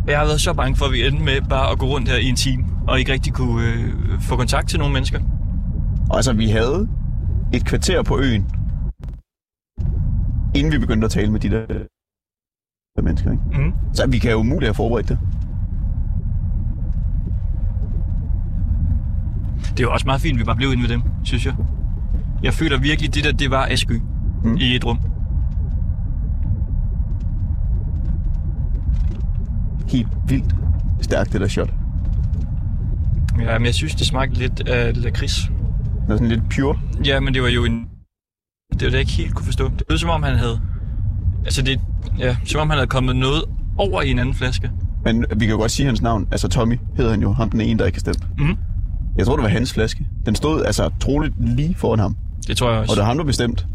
Jeg har været så bange for, at vi endte med bare at gå rundt her i en time, og ikke rigtig kunne øh, få kontakt til nogle mennesker.
Og altså, vi havde et kvarter på øen, inden vi begyndte at tale med de der, der mennesker, ikke?
Mm.
Så vi kan jo umuligt have forberedt det.
Det er jo også meget fint, at vi bare blev inde ved dem, synes jeg. Jeg føler virkelig, det der, det var Askø mm. i et rum.
Helt vildt stærkt, det der shot.
Ja, men jeg synes, det smagte lidt af lakrids.
Det var sådan lidt pure.
Ja, men det var jo en... Det var det, jeg ikke helt kunne forstå. Det lød som om, han havde... Altså det... Ja, som om han havde kommet noget over i en anden flaske.
Men vi kan jo godt sige hans navn. Altså, Tommy hedder han jo. Ham den ene, der ikke kan stemme.
Mhm.
Jeg tror, det var hans flaske. Den stod altså troligt lige foran ham.
Det tror jeg
Og
også.
det er ham, der bestemte.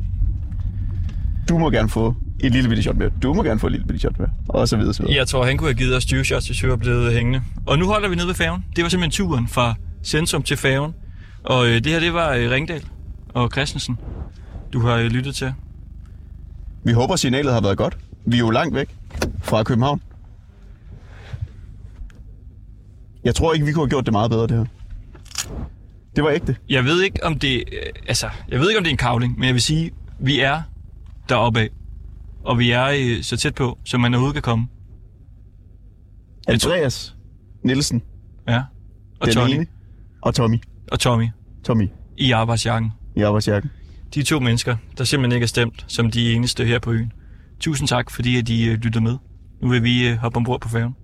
Du må gerne få et lille bitte shot med. Du må gerne få et lille bitte shot med. Og så videre, så videre.
Jeg tror, han kunne have givet os 20 shots, hvis vi var blevet hængende. Og nu holder vi nede ved færgen. Det var simpelthen turen fra centrum til færgen. Og øh, det her, det var øh, Ringdal og Christensen, du har øh, lyttet til.
Vi håber, signalet har været godt. Vi er jo langt væk fra København. Jeg tror ikke, vi kunne have gjort det meget bedre, det her. Det var ægte.
Jeg ved ikke, om det, øh, altså, jeg ved ikke, om det er en kavling, men jeg vil sige, vi er deroppe af. Og vi er øh, så tæt på, som man overhovedet kan komme. Jeg tror-
Andreas Nielsen,
Ja. Og
den
Tony.
ene, og Tommy.
Og Tommy
Tommy
i arbejdsjakken.
i arbejdsjakken.
De to mennesker, der simpelthen ikke er stemt som de eneste her på øen. Tusind tak, fordi at I øh, lyttede med. Nu vil vi øh, hoppe ombord på færgen.